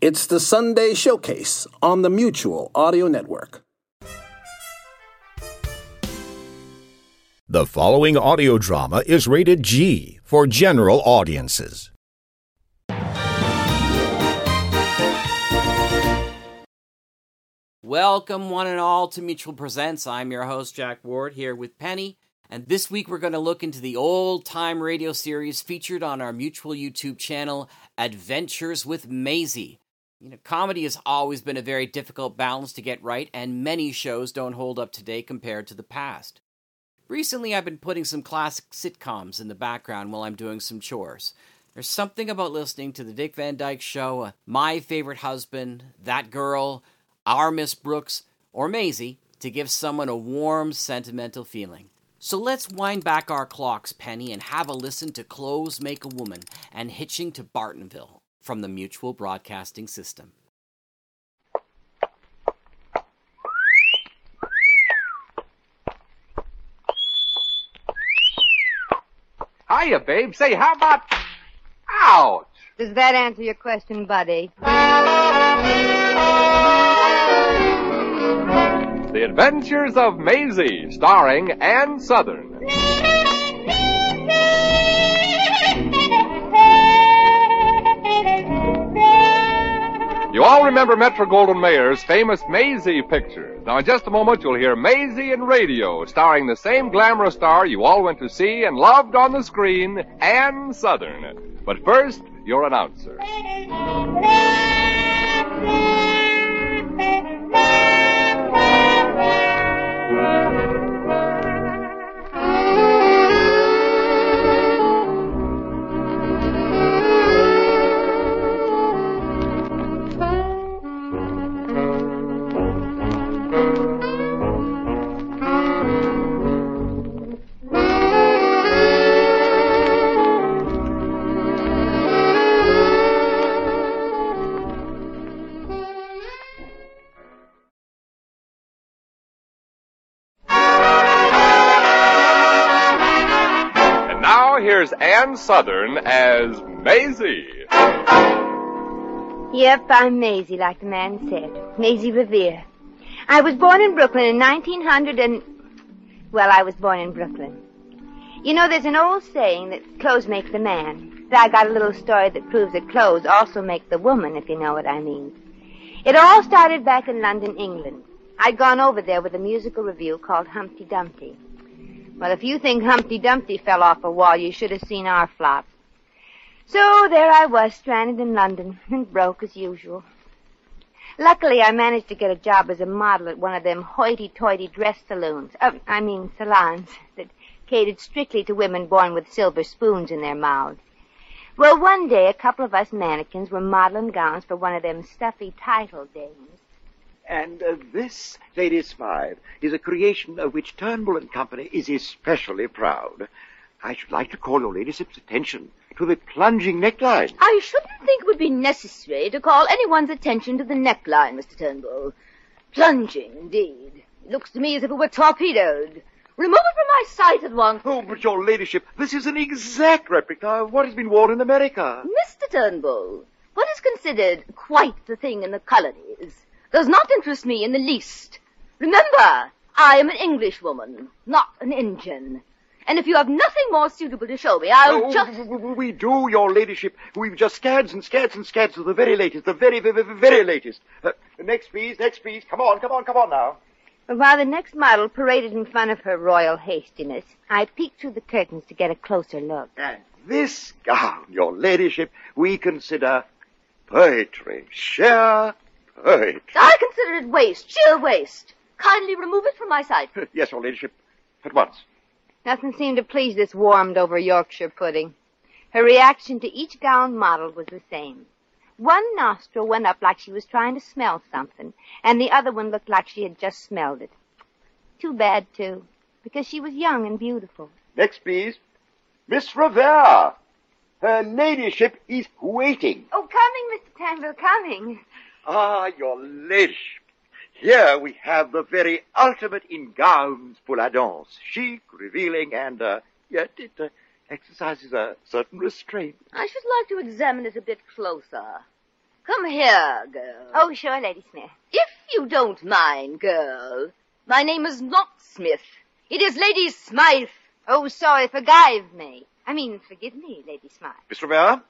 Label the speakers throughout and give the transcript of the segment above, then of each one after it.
Speaker 1: It's the Sunday Showcase on the Mutual Audio Network.
Speaker 2: The following audio drama is rated G for general audiences.
Speaker 3: Welcome, one and all, to Mutual Presents. I'm your host, Jack Ward, here with Penny. And this week, we're going to look into the old time radio series featured on our Mutual YouTube channel, Adventures with Maisie. You know, comedy has always been a very difficult balance to get right, and many shows don't hold up today compared to the past. Recently, I've been putting some classic sitcoms in the background while I'm doing some chores. There's something about listening to The Dick Van Dyke Show, uh, My Favorite Husband, That Girl, Our Miss Brooks, or Maisie to give someone a warm, sentimental feeling. So let's wind back our clocks, Penny, and have a listen to Clothes Make a Woman and Hitching to Bartonville from the Mutual Broadcasting System.
Speaker 4: Hiya, babe. Say, how about... Ouch!
Speaker 5: Does that answer your question, buddy?
Speaker 4: The Adventures of Maisie, starring Ann Southern. You all remember Metro Goldwyn Mayer's famous Maisie pictures. Now, in just a moment, you'll hear Maisie in Radio, starring the same glamorous star you all went to see and loved on the screen, Ann Southern. But first, your announcer. And now, here's Ann Southern as Maisie.
Speaker 5: Yep, I'm Maisie, like the man said. Maisie Revere. I was born in Brooklyn in 1900 and... Well, I was born in Brooklyn. You know, there's an old saying that clothes make the man. But I got a little story that proves that clothes also make the woman, if you know what I mean. It all started back in London, England. I'd gone over there with a musical review called Humpty Dumpty. Well, if you think Humpty Dumpty fell off a wall, you should have seen our flop. So there I was, stranded in London, and broke as usual. Luckily, I managed to get a job as a model at one of them hoity-toity dress saloons. Uh, I mean, salons that catered strictly to women born with silver spoons in their mouths. Well, one day, a couple of us mannequins were modeling gowns for one of them stuffy title dames.
Speaker 6: And uh, this, ladies five, is a creation of which Turnbull and Company is especially proud. I should like to call your ladyship's attention to the plunging neckline.
Speaker 7: I shouldn't think it would be necessary to call anyone's attention to the neckline, Mr. Turnbull. Plunging, indeed. It looks to me as if it were torpedoed. Remove it from my sight at once.
Speaker 6: Oh, but your ladyship, this is an exact replica of what has been worn in America.
Speaker 7: Mr. Turnbull, what is considered quite the thing in the colonies does not interest me in the least. Remember, I am an Englishwoman, not an Indian. And if you have nothing more suitable to show me, I'll
Speaker 6: Oh,
Speaker 7: just...
Speaker 6: w- w- We do, your ladyship. We've just scads and scads and scads of the very latest, the very, very, very, very latest. Uh, next, please, next, please. Come on, come on, come on now.
Speaker 5: But while the next model paraded in front of her royal hastiness, I peeked through the curtains to get a closer look.
Speaker 6: And this gown, your ladyship, we consider poetry, sheer poetry.
Speaker 7: I consider it waste, sheer waste. Kindly remove it from my sight.
Speaker 6: yes, your ladyship, at once.
Speaker 5: Nothing seemed to please this warmed over Yorkshire pudding. Her reaction to each gown model was the same. One nostril went up like she was trying to smell something, and the other one looked like she had just smelled it. Too bad, too, because she was young and beautiful.
Speaker 6: Next, please. Miss Rivera. Her ladyship is waiting.
Speaker 5: Oh, coming, Mr. Turnbull, coming.
Speaker 6: Ah, your ladyship. Here we have the very ultimate in gowns pour la danse. Chic, revealing, and uh, yet it uh, exercises a certain restraint.
Speaker 7: I should like to examine it a bit closer. Come here, girl.
Speaker 5: Oh, sure, Lady Smith.
Speaker 7: If you don't mind, girl, my name is not Smith. It is Lady Smythe.
Speaker 5: Oh, sorry, forgive me. I mean, forgive me, Lady Smythe.
Speaker 6: Miss Rivera,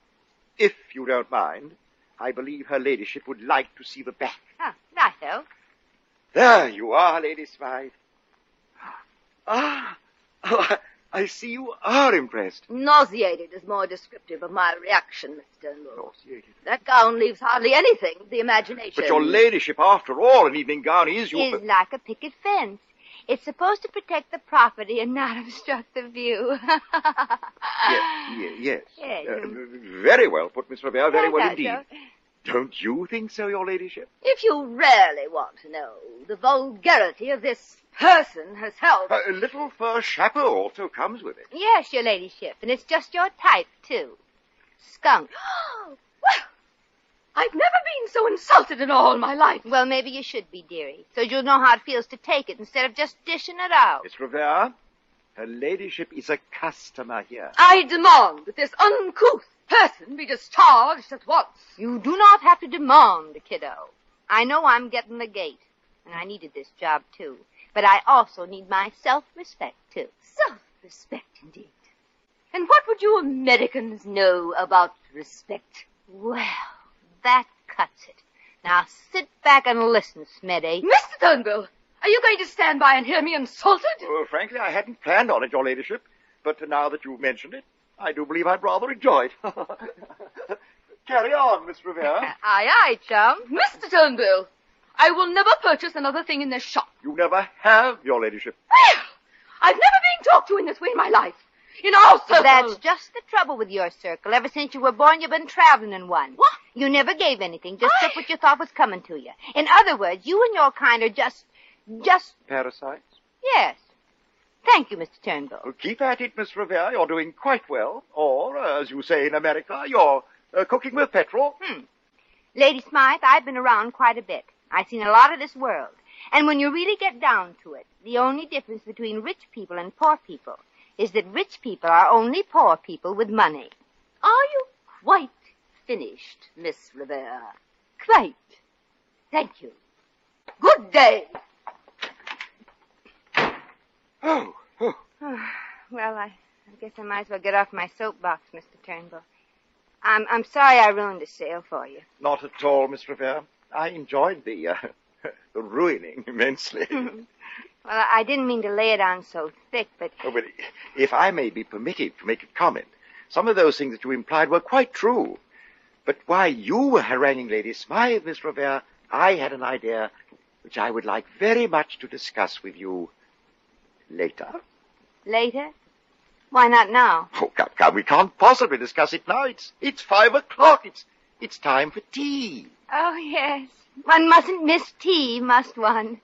Speaker 6: if you don't mind, I believe her ladyship would like to see the back.
Speaker 5: Ah, righto.
Speaker 6: There you are, Lady Smythe. Ah, oh, I see you are impressed.
Speaker 7: Nauseated is more descriptive of my reaction, Miss Turnbull.
Speaker 6: Nauseated.
Speaker 7: That gown leaves hardly anything to the imagination.
Speaker 6: But your ladyship, after all, an evening gown is your...
Speaker 5: Is like a picket fence. It's supposed to protect the property and not obstruct the view.
Speaker 6: Yes, ye- yes.
Speaker 5: Yes.
Speaker 6: Uh, v- very well put, Miss Rivera, very well
Speaker 5: Right,
Speaker 6: indeed.
Speaker 5: Joe.
Speaker 6: Don't you think so, your ladyship?
Speaker 7: If you really want to know the vulgarity of this person herself,
Speaker 6: A little fur chapeau also comes with it.
Speaker 5: Yes, your ladyship, and it's just your type, too. Skunk.
Speaker 7: well, I've never been so insulted in all my life.
Speaker 5: Well, maybe you should be, dearie, so you'll know how it feels to take it instead of just dishing it out.
Speaker 6: Miss Rivera, her ladyship is a customer here.
Speaker 7: I demand that this uncouth person be discharged at once.
Speaker 5: You do not have to demand, kiddo. I know I'm getting the gate, and I needed this job, too. But I also need my self-respect, too.
Speaker 7: Self-respect, indeed. And what would you Americans know about respect?
Speaker 5: Well, that cuts it. Now sit back and listen, Smitty.
Speaker 7: Mr. Turnbull, are you going to stand by and hear me insulted?
Speaker 6: Well, frankly, I hadn't planned on it, your ladyship. But now that you've mentioned it, I do believe I'd rather enjoy it. Carry on, Miss Rivera.
Speaker 5: Aye, aye, chum.
Speaker 7: Mr. Turnbull, I will never purchase another thing in this shop.
Speaker 6: You never have, your ladyship.
Speaker 7: Well, I've never been talked to in this way in my life. In our circle.
Speaker 5: That's just the trouble with your circle. Ever since you were born, you've been traveling in one.
Speaker 7: What?
Speaker 5: You never gave anything. Just
Speaker 7: I-
Speaker 5: took what you thought was coming to you. In other words, you and your kind are just, just,
Speaker 6: Parasites.
Speaker 5: yes. Thank you, Mr. Turnbull.
Speaker 6: Oh, keep at it, Miss Rivera. You're doing quite well. Or, uh, as you say in America, you're uh, cooking with petrol.
Speaker 5: Lady Smythe, I've been around quite a bit. I've seen a lot of this world. And when you really get down to it, the only difference between rich people and poor people is that rich people are only poor people with money.
Speaker 7: Are you quite finished, Miss Rivera? Quite. Thank you. Good day.
Speaker 6: Oh, oh.
Speaker 5: Well, I, I guess I might as well get off my soapbox, Mr. Turnbull. I'm, I'm sorry I ruined a sale for you.
Speaker 6: Not at all, Miss Rivera. I enjoyed the, uh, the ruining immensely.
Speaker 5: Well, I I didn't mean to lay it on so thick, but
Speaker 6: Oh, but if I may be permitted to make a comment, some of those things that you implied were quite true. But why you were haranguing Lady Smythe, Miss Rivera, I had an idea which I would like very much to discuss with you later.
Speaker 5: later? Why not now?
Speaker 6: Oh, come, come, we can't possibly discuss it now. It's, it's five o'clock. It's, it's time for tea.
Speaker 5: Oh, yes. One mustn't miss tea, must one?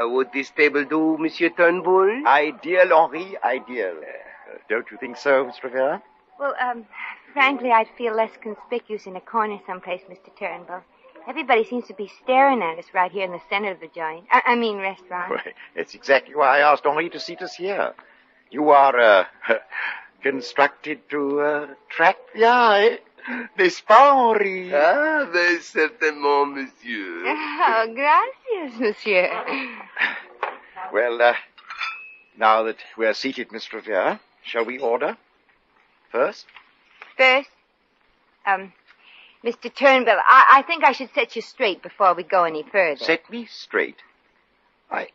Speaker 8: Uh, would this table do, Monsieur Turnbull?
Speaker 6: Ideal, Henri, ideal. Uh, don't you think so, Miss Rivera?
Speaker 5: Well, um, frankly, I'd feel less conspicuous in a corner someplace, Mr. Turnbull. Everybody seems to be staring at us right here in the center of the joint. I, I mean, restaurant.
Speaker 6: Well, That's exactly why I asked Henri to seat us here. You are uh, constructed to uh, track the eye. N'est pas, Henri?
Speaker 8: Ah, very certainement, Monsieur.
Speaker 5: Oh, gracias, monsieur.
Speaker 6: Well, uh, now that we are seated, Miss Rivera, shall we order? First?
Speaker 5: First, um, Mr. Turnbull, I, I think I should set you straight before we go any further.
Speaker 6: Set me straight. I,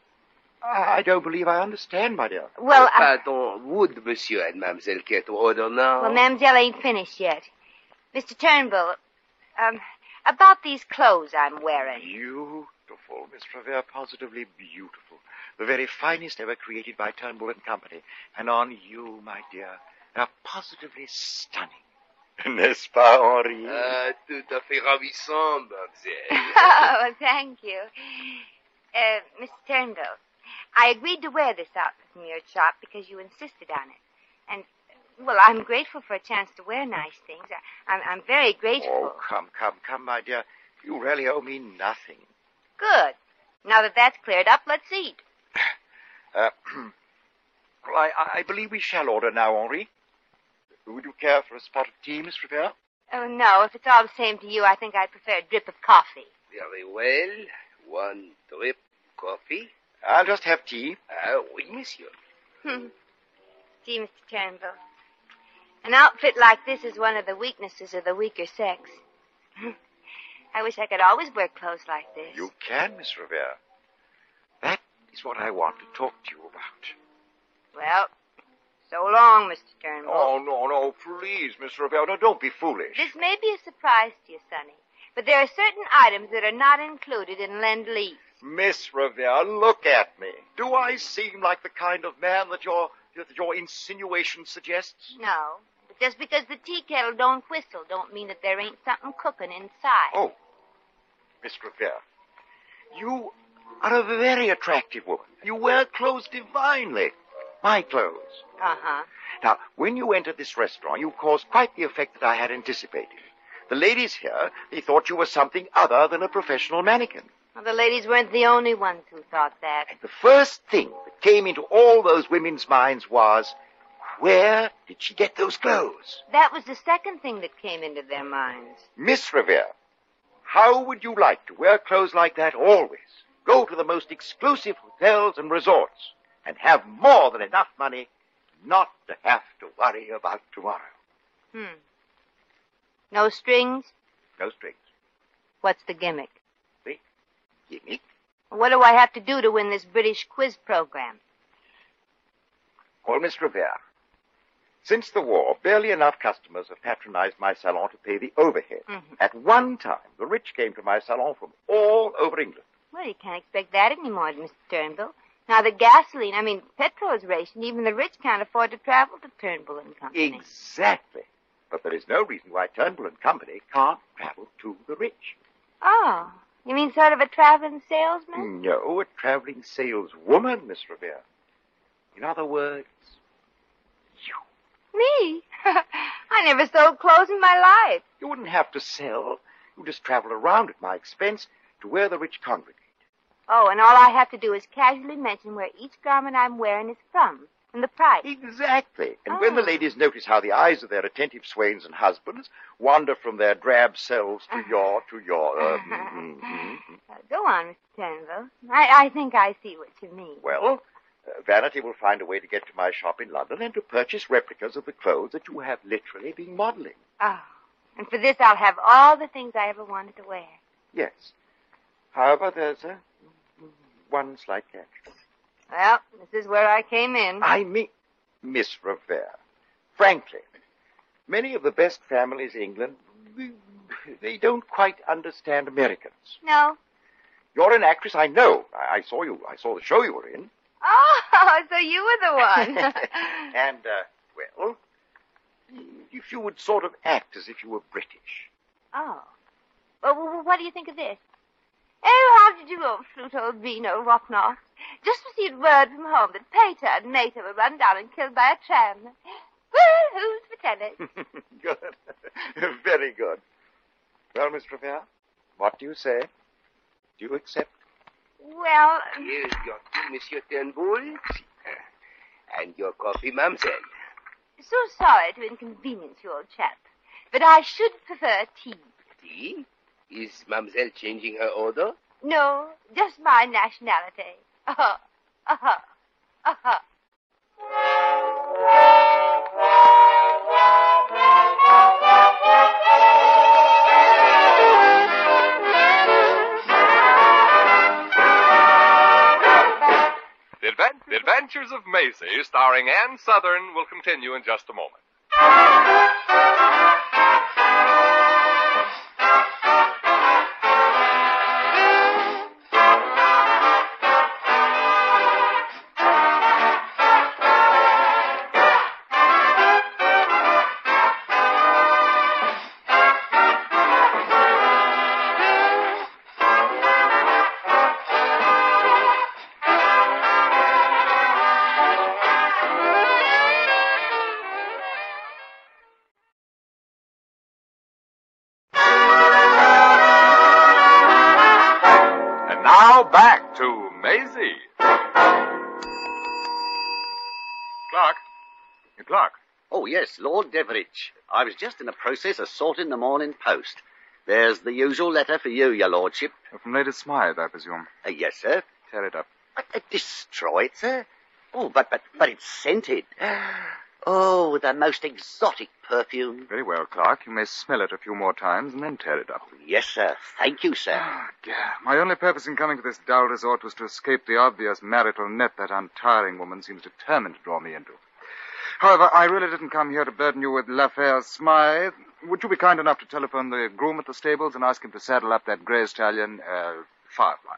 Speaker 6: I I don't believe I understand, my dear.
Speaker 5: well, uh,
Speaker 8: Pardon, would Monsieur and Mademoiselle care to order now?
Speaker 5: well, Mademoiselle ain't finished yet. Mr. Turnbull, um, About these clothes I'm wearing.
Speaker 6: Beautiful, Miss Travere, positively beautiful. The very finest ever created by Turnbull and Company. And on you, my dear, they're positively stunning. N'est-ce pas, Henri?
Speaker 8: Ah, tout à fait ravissant, mademoiselle.
Speaker 5: Oh, thank you. Uh, Miss Turnbull, I agreed to wear this outfit from your shop because you insisted on it. And, well, I'm grateful for a chance to wear nice things. I, I'm, I'm very grateful.
Speaker 6: oh, come, come, come, my dear. You really owe me nothing.
Speaker 5: Good. Now that that's cleared up, let's eat.
Speaker 6: Uh, well, I, I- I believe we shall order now, Henri. Would you care for a spot of tea, Miss Travere?
Speaker 5: Oh, no, if it's all the same to you, I think I'd prefer a drip of coffee.
Speaker 8: Very well. One drip coffee.
Speaker 6: I'll just have tea.
Speaker 8: Ah, oui, monsieur.
Speaker 5: See, Mr. Hmm. Turnbull, an outfit like this is one of the weaknesses of the weaker sex. I wish I could always wear clothes like this.
Speaker 6: You can, Miss Revere. That is what I want to talk to you about.
Speaker 5: Well, so long, Mr. Turnbull.
Speaker 6: Oh, no, no, please, Miss Revere. No, don't be foolish.
Speaker 5: This may be a surprise to you, Sonny, but there are certain items that are not included in Lend Lease.
Speaker 6: Miss Revere, look at me. Do I seem like the kind of man that your that your insinuation suggests?
Speaker 5: No, but just because the tea kettle don't whistle don't mean that there ain't something cooking inside.
Speaker 6: Oh, Miss Revere, you are a very attractive woman. You wear clothes divinely. My clothes.
Speaker 5: Uh-huh.
Speaker 6: Now, when you entered this restaurant, you caused quite the effect that I had anticipated. The ladies here, they thought you were something other than a professional mannequin.
Speaker 5: Well, the ladies weren't the only ones who thought that.
Speaker 6: The first thing that came into all those women's minds was, where did she get those clothes?
Speaker 5: That was the second thing that came into their minds.
Speaker 6: Miss Revere, how would you like to wear clothes like that always? Go to the most exclusive hotels and resorts and have more than enough money not to have to worry about tomorrow.
Speaker 5: Hmm. No strings?
Speaker 6: No strings.
Speaker 5: What's the gimmick?
Speaker 6: Gimmick?
Speaker 5: What do I have to do to win this British quiz program?
Speaker 6: Well, Miss Revere, since the war, barely enough customers have patronized my salon to pay the overhead. At one time, the rich came to my salon from all over England.
Speaker 5: Well, you can't expect that anymore, Mr. Turnbull. Now the gasoline, I mean petrol is racing. Even the rich can't afford to travel to Turnbull and Company.
Speaker 6: Exactly. But there is no reason why Turnbull and Company can't travel to the rich.
Speaker 5: Oh, you mean sort of a traveling salesman?
Speaker 6: No, a Mm, traveling saleswoman, Miss Revere. In other words, you.
Speaker 5: Me? I never sold clothes in my life.
Speaker 6: You wouldn't have to sell. You just travel around at my expense to where the rich congregate.
Speaker 5: Oh, and all I have to do is casually mention where each garment I'm wearing is from and the price.
Speaker 6: Exactly. And when the
Speaker 5: Ah.
Speaker 6: ladies notice how the eyes of their attentive swains and husbands wander from their drab selves to your, to your, uh, mm, mm, mm.
Speaker 5: Uh, go on, Mr. Turnbull. I, I think I see what you mean.
Speaker 6: well, uh, Vanity will find a way to get to my shop in London and to purchase replicas of the clothes that you have literally been modeling.
Speaker 5: Oh, and for this I'll have all the things I ever wanted to wear.
Speaker 6: Yes. However, there's a, mm, one slight catch.
Speaker 5: Well, this is where I came in.
Speaker 6: I mean, Miss Revere, frankly, many of the best families in England, they don't quite understand Americans.
Speaker 5: No.
Speaker 6: You're an actress, I know. I, I saw you. I saw the show you were in.
Speaker 5: Oh, so you were the one.
Speaker 6: and, uh, well, if you would sort of act as if you were British.
Speaker 5: oh. Well, well, what do you think of this? Oh, how did you do, Pluto, Vino, Whatnot? Just received word from home that Pater and Mater were run down and killed by a tram. Well, who's for tennis?
Speaker 6: good. Very good. Well, Miss Revere, what do you say? Do you accept?
Speaker 5: well,
Speaker 8: Here's your tea, Monsieur Turnbull. And your coffee, mademoiselle.
Speaker 5: so sorry to inconvenience you, old chap, but I should prefer tea.
Speaker 8: Tea? Is mademoiselle changing her order?
Speaker 5: No, just my nationality. Uh-huh. Uh-huh. Uh-huh.
Speaker 4: The, Advent- the Adventures of Maisie, starring Ann Southern, will continue in just a moment. back to Maisie. Clark. Clark.
Speaker 9: Oh, yes, Lord Deveridge. I was just in the process of sorting the morning post. There's the usual letter for you, your lordship.
Speaker 10: From Lady Smythe, I presume.
Speaker 9: Uh, yes, sir.
Speaker 10: Tear it up.
Speaker 9: But, uh, destroy it, sir? Oh, but, but, but it's scented. Oh, with the most exotic perfume.
Speaker 10: Very well, Clark. You may smell it a few more times and then tear it up. Ah,
Speaker 9: Yes, sir. Thank you, sir.
Speaker 10: Yeah, my only purpose in coming to this dull resort was to escape the obvious marital net that untiring woman seems determined to draw me into. However, I really didn't come here to burden you with Lafayette Smythe. Would you be kind enough to telephone the groom at the stables and ask him to saddle up that grey stallion, uh, Firefly?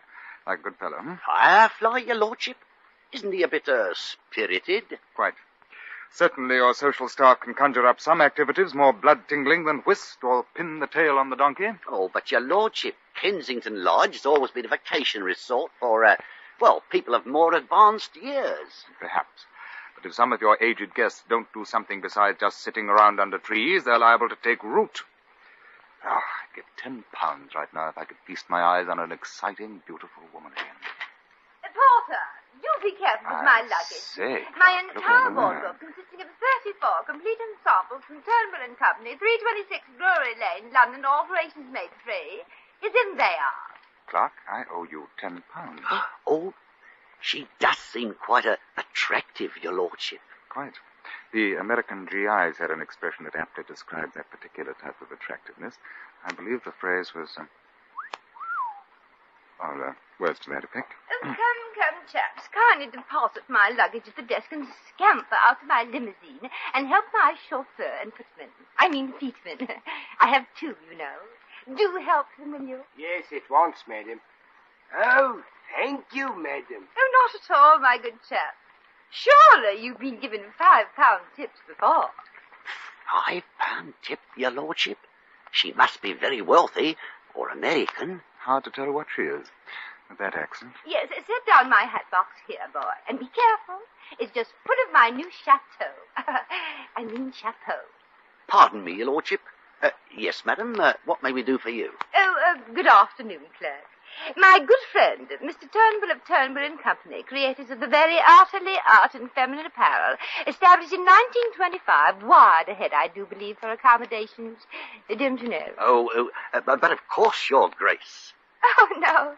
Speaker 10: Like a good fellow, hmm?
Speaker 9: Firefly, your lordship? Isn't he a bit, uh, spirited?
Speaker 10: Quite. Certainly your social staff can conjure up some activities more blood-tingling than whist or pin the tail on the donkey.
Speaker 9: Oh, but your lordship, Kensington Lodge has always been a vacation resort for, uh, well, people of more advanced years.
Speaker 10: Perhaps. But if some of your aged guests don't do something besides just sitting around under trees, they're liable to take root. Ah, I'd give ten pounds right now if I could feast my eyes on an exciting, beautiful woman again.
Speaker 5: Porter, do be careful with my
Speaker 10: I
Speaker 5: luggage.
Speaker 10: say,
Speaker 5: my
Speaker 10: look
Speaker 5: entire
Speaker 10: over there.
Speaker 5: wardrobe, consisting of 34 complete ensembles from Turnbull and Company, 326 Brewery Lane, London, alterations made free, is in there.
Speaker 10: Clark, I owe you ten pounds.
Speaker 9: Oh, she does seem quite uh, attractive, your lordship.
Speaker 10: Quite. The American GIs had an expression that aptly described that particular type of attractiveness. I believe the phrase was, um, oh, uh, words to that effect.
Speaker 5: Oh, come, come, chaps. Kindly deposit my luggage at the desk and scamper out to my limousine and help my chauffeur and footman. I mean feetman. I have two, you know. Do help them, will you?
Speaker 1: Yes, at once, madam. Oh, thank you, madam.
Speaker 5: Oh, not at all, my good chap. Surely you've been given five pound tips before.
Speaker 9: Five pound tip, your lordship. She must be very wealthy or American.
Speaker 10: Hard to tell what she is with that accent.
Speaker 5: Yes, set down my hat box here, boy, and be careful. It's just full of my new chateau. I mean chapeau.
Speaker 9: Pardon me, your lordship. Uh, yes, madam. Uh, what may we do for you?
Speaker 5: Oh, uh, good afternoon, clerk. My good friend, Mr. Turnbull of Turnbull and Company, creators of the very artily art and feminine apparel, established in 1925, wired ahead, I do believe, for accommodations. Don't you know?
Speaker 9: Oh, oh uh, but, but of course, your grace.
Speaker 5: Oh, no.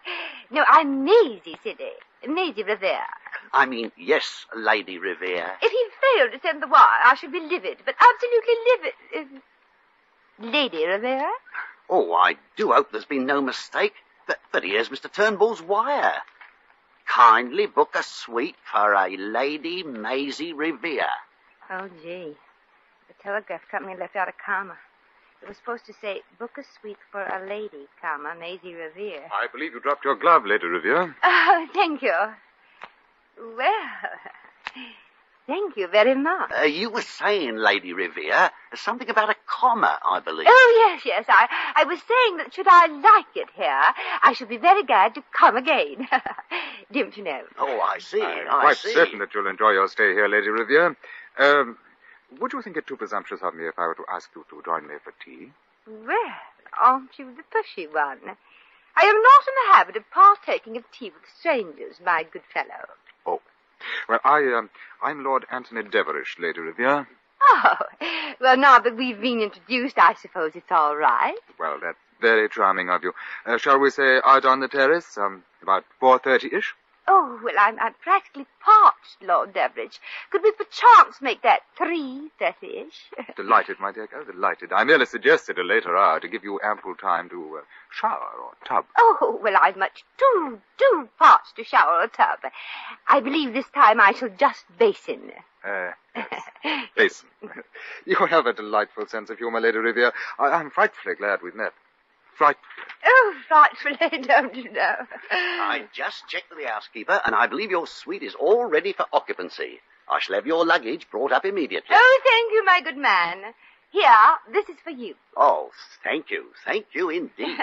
Speaker 5: No, I'm Maisie City. Maisie Revere.
Speaker 9: I mean, yes, Lady Revere.
Speaker 5: If he failed to send the wire, I should be livid, but absolutely livid. Uh, Lady Revere?
Speaker 9: Oh, I do hope there's been no mistake. But, but here's Mr. Turnbull's wire. Kindly book a suite for a Lady Maisie Revere.
Speaker 5: Oh, gee. The telegraph company left out a comma. It was supposed to say, book a suite for a lady, comma, Maisie Revere.
Speaker 10: I believe you dropped your glove, Lady Revere.
Speaker 5: Oh, thank you. Well, thank you very much.
Speaker 9: Uh, you were saying, Lady Revere, something about a comma, I believe.
Speaker 5: Oh, yes, yes. I, I was saying that should I like it here, I should be very glad to come again. Don't you know?
Speaker 9: Oh, I see.
Speaker 10: I'm
Speaker 9: I
Speaker 10: quite
Speaker 9: see.
Speaker 10: certain that you'll enjoy your stay here, Lady Revere. Um, would you think it too presumptuous of me if I were to ask you to join me for tea?
Speaker 5: Well, aren't you the pushy one? I am not in the habit of partaking of tea with strangers, my good fellow.
Speaker 10: Oh. Well, I, um, I'm Lord Anthony Deverish, Lady Revere.
Speaker 5: Oh, well, now that we've been introduced, I suppose it's all right.
Speaker 10: Well, that's very charming of you. Uh, shall we say out on the terrace, um, about 4.30-ish?
Speaker 5: Oh, well, I'm, I'm practically parched, Lord Deveridge. Could we perchance make that three thirty-ish?
Speaker 10: Delighted, my dear. Oh, delighted. I merely suggested a later hour to give you ample time to uh, shower or tub.
Speaker 5: oh, well, I'm much too, too parched to shower or tub. I believe this time I shall just basin.
Speaker 10: Uh, yes. Basin. you have a delightful sense of humor, Lady Revere. I- I'm frightfully glad we've met. Frightfully.
Speaker 5: Oh, frightfully, don't you know?
Speaker 9: I just checked with the housekeeper, and I believe your suite is all ready for occupancy. I shall have your luggage brought up immediately.
Speaker 5: Oh, thank you, my good man. Here, this is for you.
Speaker 9: Oh, thank you. Thank you indeed.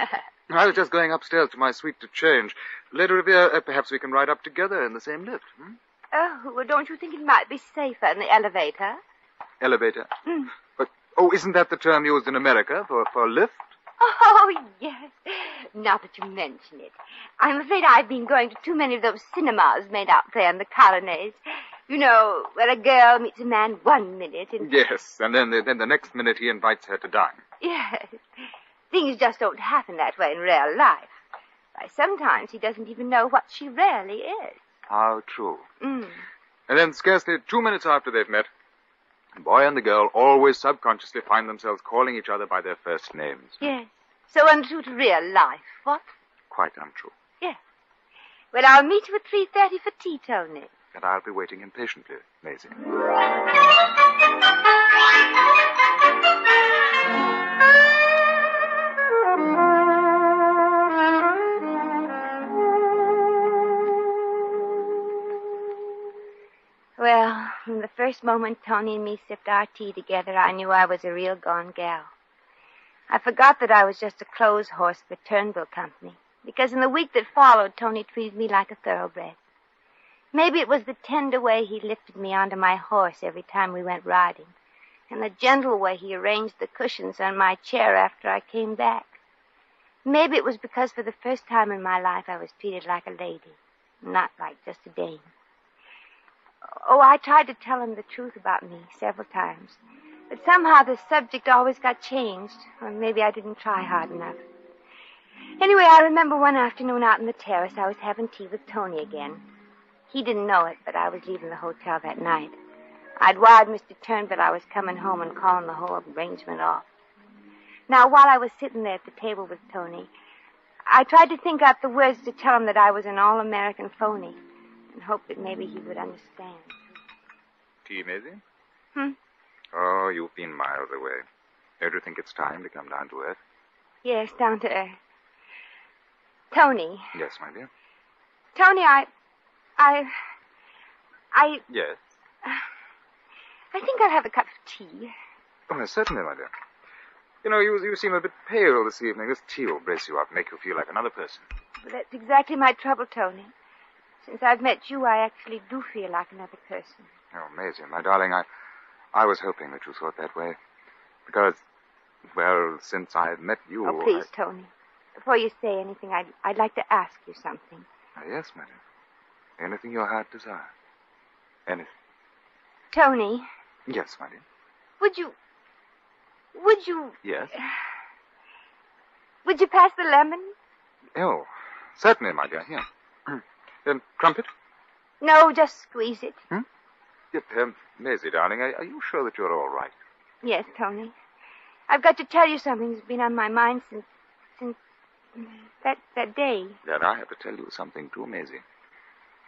Speaker 10: I was just going upstairs to my suite to change. Lady Revere, uh, perhaps we can ride up together in the same lift. Hmm?
Speaker 5: Oh, well, don't you think it might be safer in the elevator? Hmm.
Speaker 10: Elevator. But, oh, isn't that the term used in America for, for lift?
Speaker 5: Oh, yes. Now that you mention it, I'm afraid I've been going to too many of those cinemas made out there in the colonies. You know, where a girl meets a man one minute and.
Speaker 10: Yes, and then the, then the next minute he invites her to dine.
Speaker 5: Yes. Things just don't happen that way in real life. Why, sometimes he doesn't even know what she really is.
Speaker 10: How true.
Speaker 5: Mm.
Speaker 10: And then scarcely two minutes after they've met, the boy and the girl always subconsciously find themselves calling each other by their first names.
Speaker 5: Yes. So untrue to real life, what?
Speaker 10: Quite untrue.
Speaker 5: Yes. Well, I'll meet you at 3.30 for tea, Tony.
Speaker 10: And I'll be waiting impatiently, Maisie.
Speaker 5: Well, from the first moment Tony and me sipped our tea together, I knew I was a real gone gal. I forgot that I was just a clothes horse for Turnbull Company, because in the week that followed, Tony treated me like a thoroughbred. Maybe it was the tender way he lifted me onto my horse every time we went riding, and the gentle way he arranged the cushions on my chair after I came back. Maybe it was because for the first time in my life I was treated like a lady, not like just a dame. Oh, I tried to tell him the truth about me several times. But somehow the subject always got changed, or maybe I didn't try hard enough. Anyway, I remember one afternoon out on the terrace, I was having tea with Tony again. He didn't know it, but I was leaving the hotel that night. I'd wired Mr. Turnbull I was coming home and calling the whole arrangement off. Now, while I was sitting there at the table with Tony, I tried to think out the words to tell him that I was an all American phony and hoped that maybe he would understand.
Speaker 10: Tea, Maisie?
Speaker 5: Hmm?
Speaker 10: Oh, you've been miles away. Don't you think it's time to come down to earth?
Speaker 5: Yes, down to earth. Tony,
Speaker 10: Yes, my dear.
Speaker 5: Tony, I, I, I,
Speaker 10: Yes.
Speaker 5: I think I'll have a cup of tea.
Speaker 10: Oh, certainly, my dear. You know, you, you seem a bit pale this evening. This tea will brace you up, make you feel like another person.
Speaker 5: But that's exactly my trouble, Tony. Since I've met you, I actually do feel like another person.
Speaker 10: Oh, Maisie, my darling, I, I was hoping that you thought that way. Because, well, since I've met you...
Speaker 5: oh, please,
Speaker 10: I-
Speaker 5: Tony. Before you say anything, I'd, I'd like to ask you something.
Speaker 10: Ah, yes, my dear. Anything your heart desires. Anything.
Speaker 5: Tony,
Speaker 10: Yes, my dear.
Speaker 5: would you, would you,
Speaker 10: Yes?
Speaker 5: would you pass the lemon?
Speaker 10: Oh, certainly, my dear. Here. um, crumpet?
Speaker 5: No, just squeeze it.
Speaker 10: Yep, um, Maisie, darling, are, are you sure that you're all right?
Speaker 5: Yes, Tony. I've got to tell you something that's been on my mind since, since that, that day.
Speaker 10: Then I have to tell you something too, Maisie.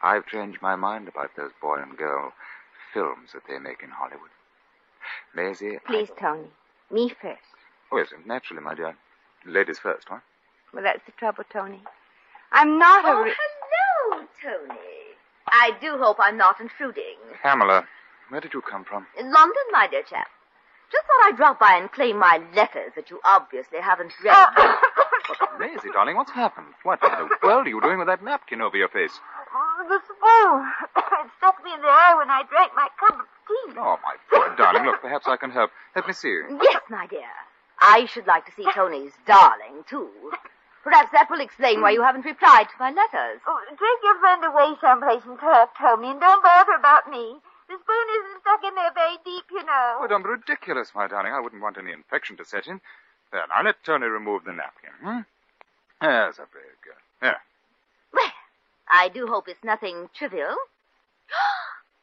Speaker 10: I've changed my mind about those boy and girl films that they make in Hollywood. Maisie. I-
Speaker 5: Please, Tony. Me first.
Speaker 10: Oh, yes, naturally, my dear. Ladies first, huh?
Speaker 5: Well, that's the trouble, Tony. I'm not a.
Speaker 7: Oh,
Speaker 5: re-
Speaker 7: hello, Tony. I do hope I'm not intruding.
Speaker 10: Pamela, where did you come from?
Speaker 7: In London, my dear chap. Just thought I'd drop by and claim my letters that you obviously haven't read.
Speaker 5: Uh,
Speaker 10: Maisie, darling, what's happened? What in the world are you doing with that napkin over your face?
Speaker 5: the spoon. oh, it stuck me in the eye when I drank my cup of tea.
Speaker 10: Oh, my poor darling, look, perhaps I can help. Let me see.
Speaker 7: yes, my dear. I should like to see Tony's darling, too. Perhaps that will explain why you haven't replied to my letters.
Speaker 5: Oh, take your friend away someplace and talk, Tony, and don't bother about me. The spoon isn't stuck in there very deep, you know.
Speaker 10: Oh, I'm ridiculous, my darling. I wouldn't want any infection to set in. There, now let Tony remove the napkin. Hmm? There's a uh, brave girl. There.
Speaker 7: Well, I do hope it's nothing trivial.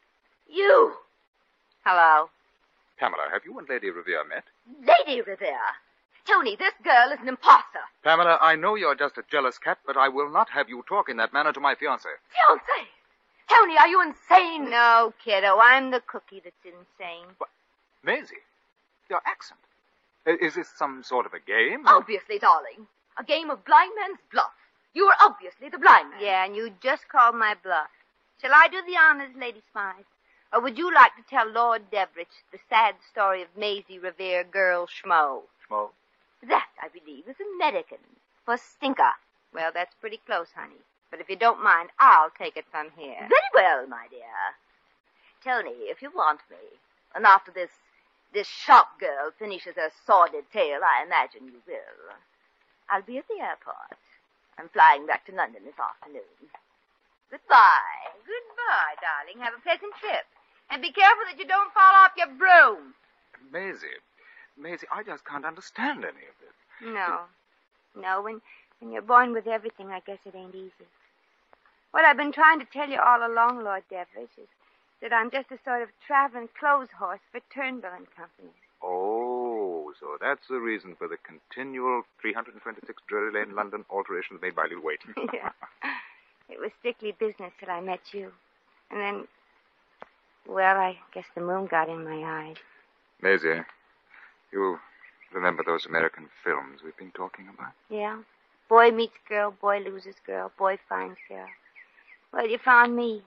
Speaker 7: you! Hello.
Speaker 10: Pamela, have you and Lady Revere met?
Speaker 7: Lady Revere. Tony, this girl is an imposter.
Speaker 10: Pamela, I know you're just a jealous cat, but I will not have you talk in that manner to my fiancée.
Speaker 7: Fiancé! Tony, are you insane?
Speaker 5: No, kiddo, I'm the cookie that's insane.
Speaker 10: Maisie, your accent. I- Is this some sort of a game?
Speaker 5: Ah.
Speaker 7: Obviously, darling. A game of blind man's bluff. You are obviously the blind man.
Speaker 5: Yeah, and you just called my bluff. Shall I do the honors, Lady Smythe? Or would you like to tell Lord Deverich the sad story of Maisie Revere Girl Schmo?
Speaker 10: Well,
Speaker 5: That, I believe, is American for stinker. Well, that's pretty close, honey. But if you don't mind, I'll take it from here.
Speaker 7: Very well, my dear. Tony, if you want me, and after this, this shop girl finishes her sordid tale, I imagine you will. I'll be at the airport. I'm flying back to London this afternoon.
Speaker 5: Goodbye. Goodbye, darling. Have a pleasant trip. And be careful that you don't fall off your broom.
Speaker 10: Maisie, Maisie, I just can't understand any of this.
Speaker 5: No. No, when, when you're born with everything, I guess it ain't easy. What I've been trying to tell you all along, Lord Deverish, is that I'm just a sort of traveling clothes horse for Turnbull and Company.
Speaker 10: Oh, so that's the reason for the continual 326 Drury Lane, London alterations made by Lil Waite.
Speaker 5: yeah. It was strictly business till I met you. And then, well, I guess the moon got in my eyes.
Speaker 10: Maisie, you remember those American films we've been talking about?
Speaker 5: Yeah. Boy meets girl, boy loses girl, boy finds girl. Well, you found me.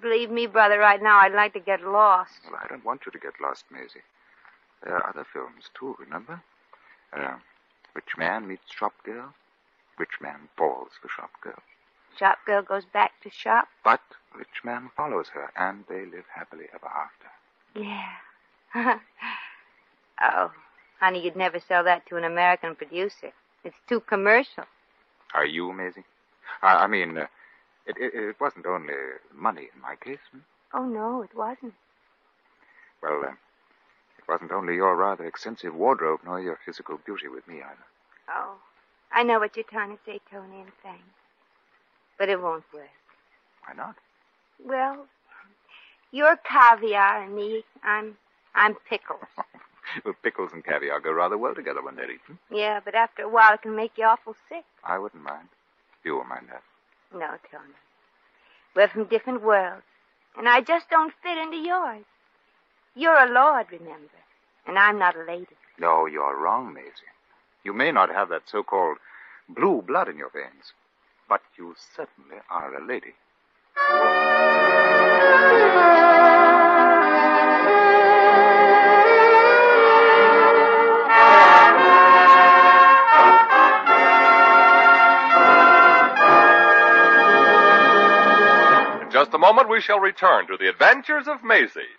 Speaker 5: Believe me, brother, right now I'd like to get lost.
Speaker 10: Well, I don't want you to get lost, Maisie. There are other films, too, remember? Uh, Rich Man Meets Shop Girl. Rich Man falls for Shop Girl.
Speaker 5: Shop girl goes back to shop.
Speaker 10: But Rich Man follows her, and they live happily ever after.
Speaker 5: Yeah. oh, honey, you'd never sell that to an American producer. It's too commercial.
Speaker 10: Are you, Maisie? I, I mean, uh, it, it, it wasn't only money in my case. hmm?
Speaker 5: Oh, no, it wasn't.
Speaker 10: Well, uh, it wasn't only your rather extensive wardrobe nor your physical beauty with me either.
Speaker 5: Oh, I know what you're trying to say, Tony, and thanks. But it won't work.
Speaker 10: Why not?
Speaker 5: Well, you're caviar and me, I'm, I'm pickles.
Speaker 10: Well, pickles and caviar go rather well together when they're eaten.
Speaker 5: yeah, but after a while it can make you awful sick.
Speaker 10: I wouldn't mind. You were my love.
Speaker 5: No, Tony. We're from different worlds, and I just don't fit into yours. You're a lord, remember, and I'm not a lady.
Speaker 10: No, you're wrong, Maisie. You may not have that so-called blue blood in your veins, but you certainly are a lady.
Speaker 4: In just a moment, we shall return to the adventures of Maisie.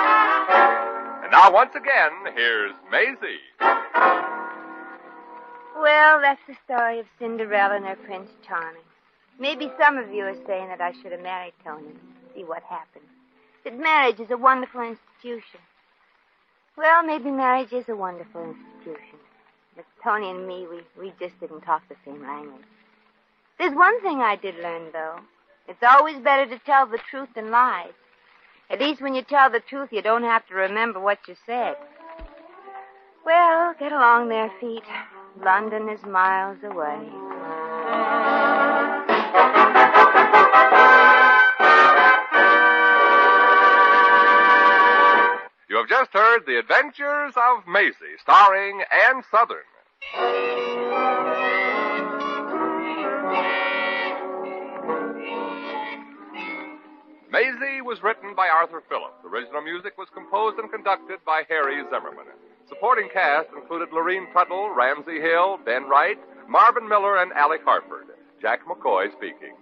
Speaker 4: And now, once again, here's Maisie.
Speaker 5: Well, that's the story of Cinderella and her Prince Charming. Maybe some of you are saying that I should have married Tony. See what happens. That marriage is a wonderful institution. Well, maybe marriage is a wonderful institution. But Tony and me, we, we just didn't talk the same language. There's one thing I did learn, though. It's always better to tell the truth than lies. At least when you tell the truth, you don't have to remember what you said. Well, get along there, feet. London is miles away.
Speaker 4: You have just heard The Adventures of Maisie, starring Ann Southern. Maisie was written by Arthur Phillip. Original music was composed and conducted by Harry Zimmerman. Supporting cast included Lorene Tuttle, Ramsey Hill, Ben Wright, Marvin Miller, and Alec Harford. Jack McCoy speaking.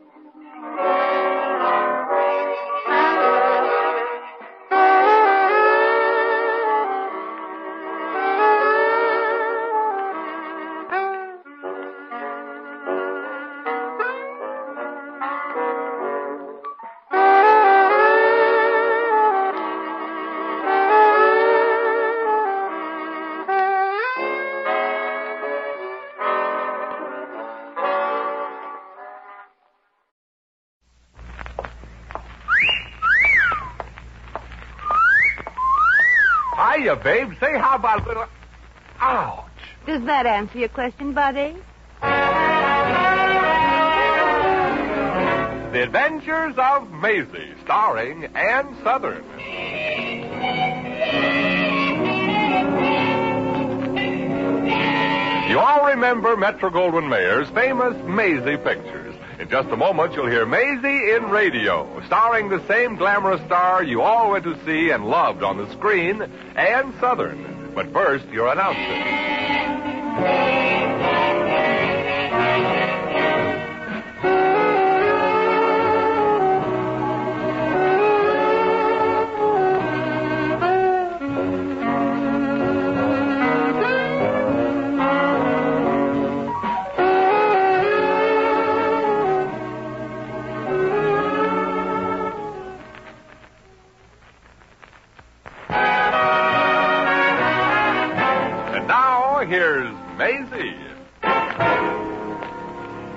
Speaker 11: Hiya, babe. Say, how about a little... Ow!
Speaker 5: Does that answer your question, Buddy?
Speaker 4: The Adventures of Maisie, starring Ann Southern. You You all remember Metro Goldwyn Mayer's famous Maisie pictures. In just a moment, you'll hear Maisie in Radio, starring the same glamorous star you all went to see and loved on the screen, Ann Southern. But first, your announcement. here's Maisie.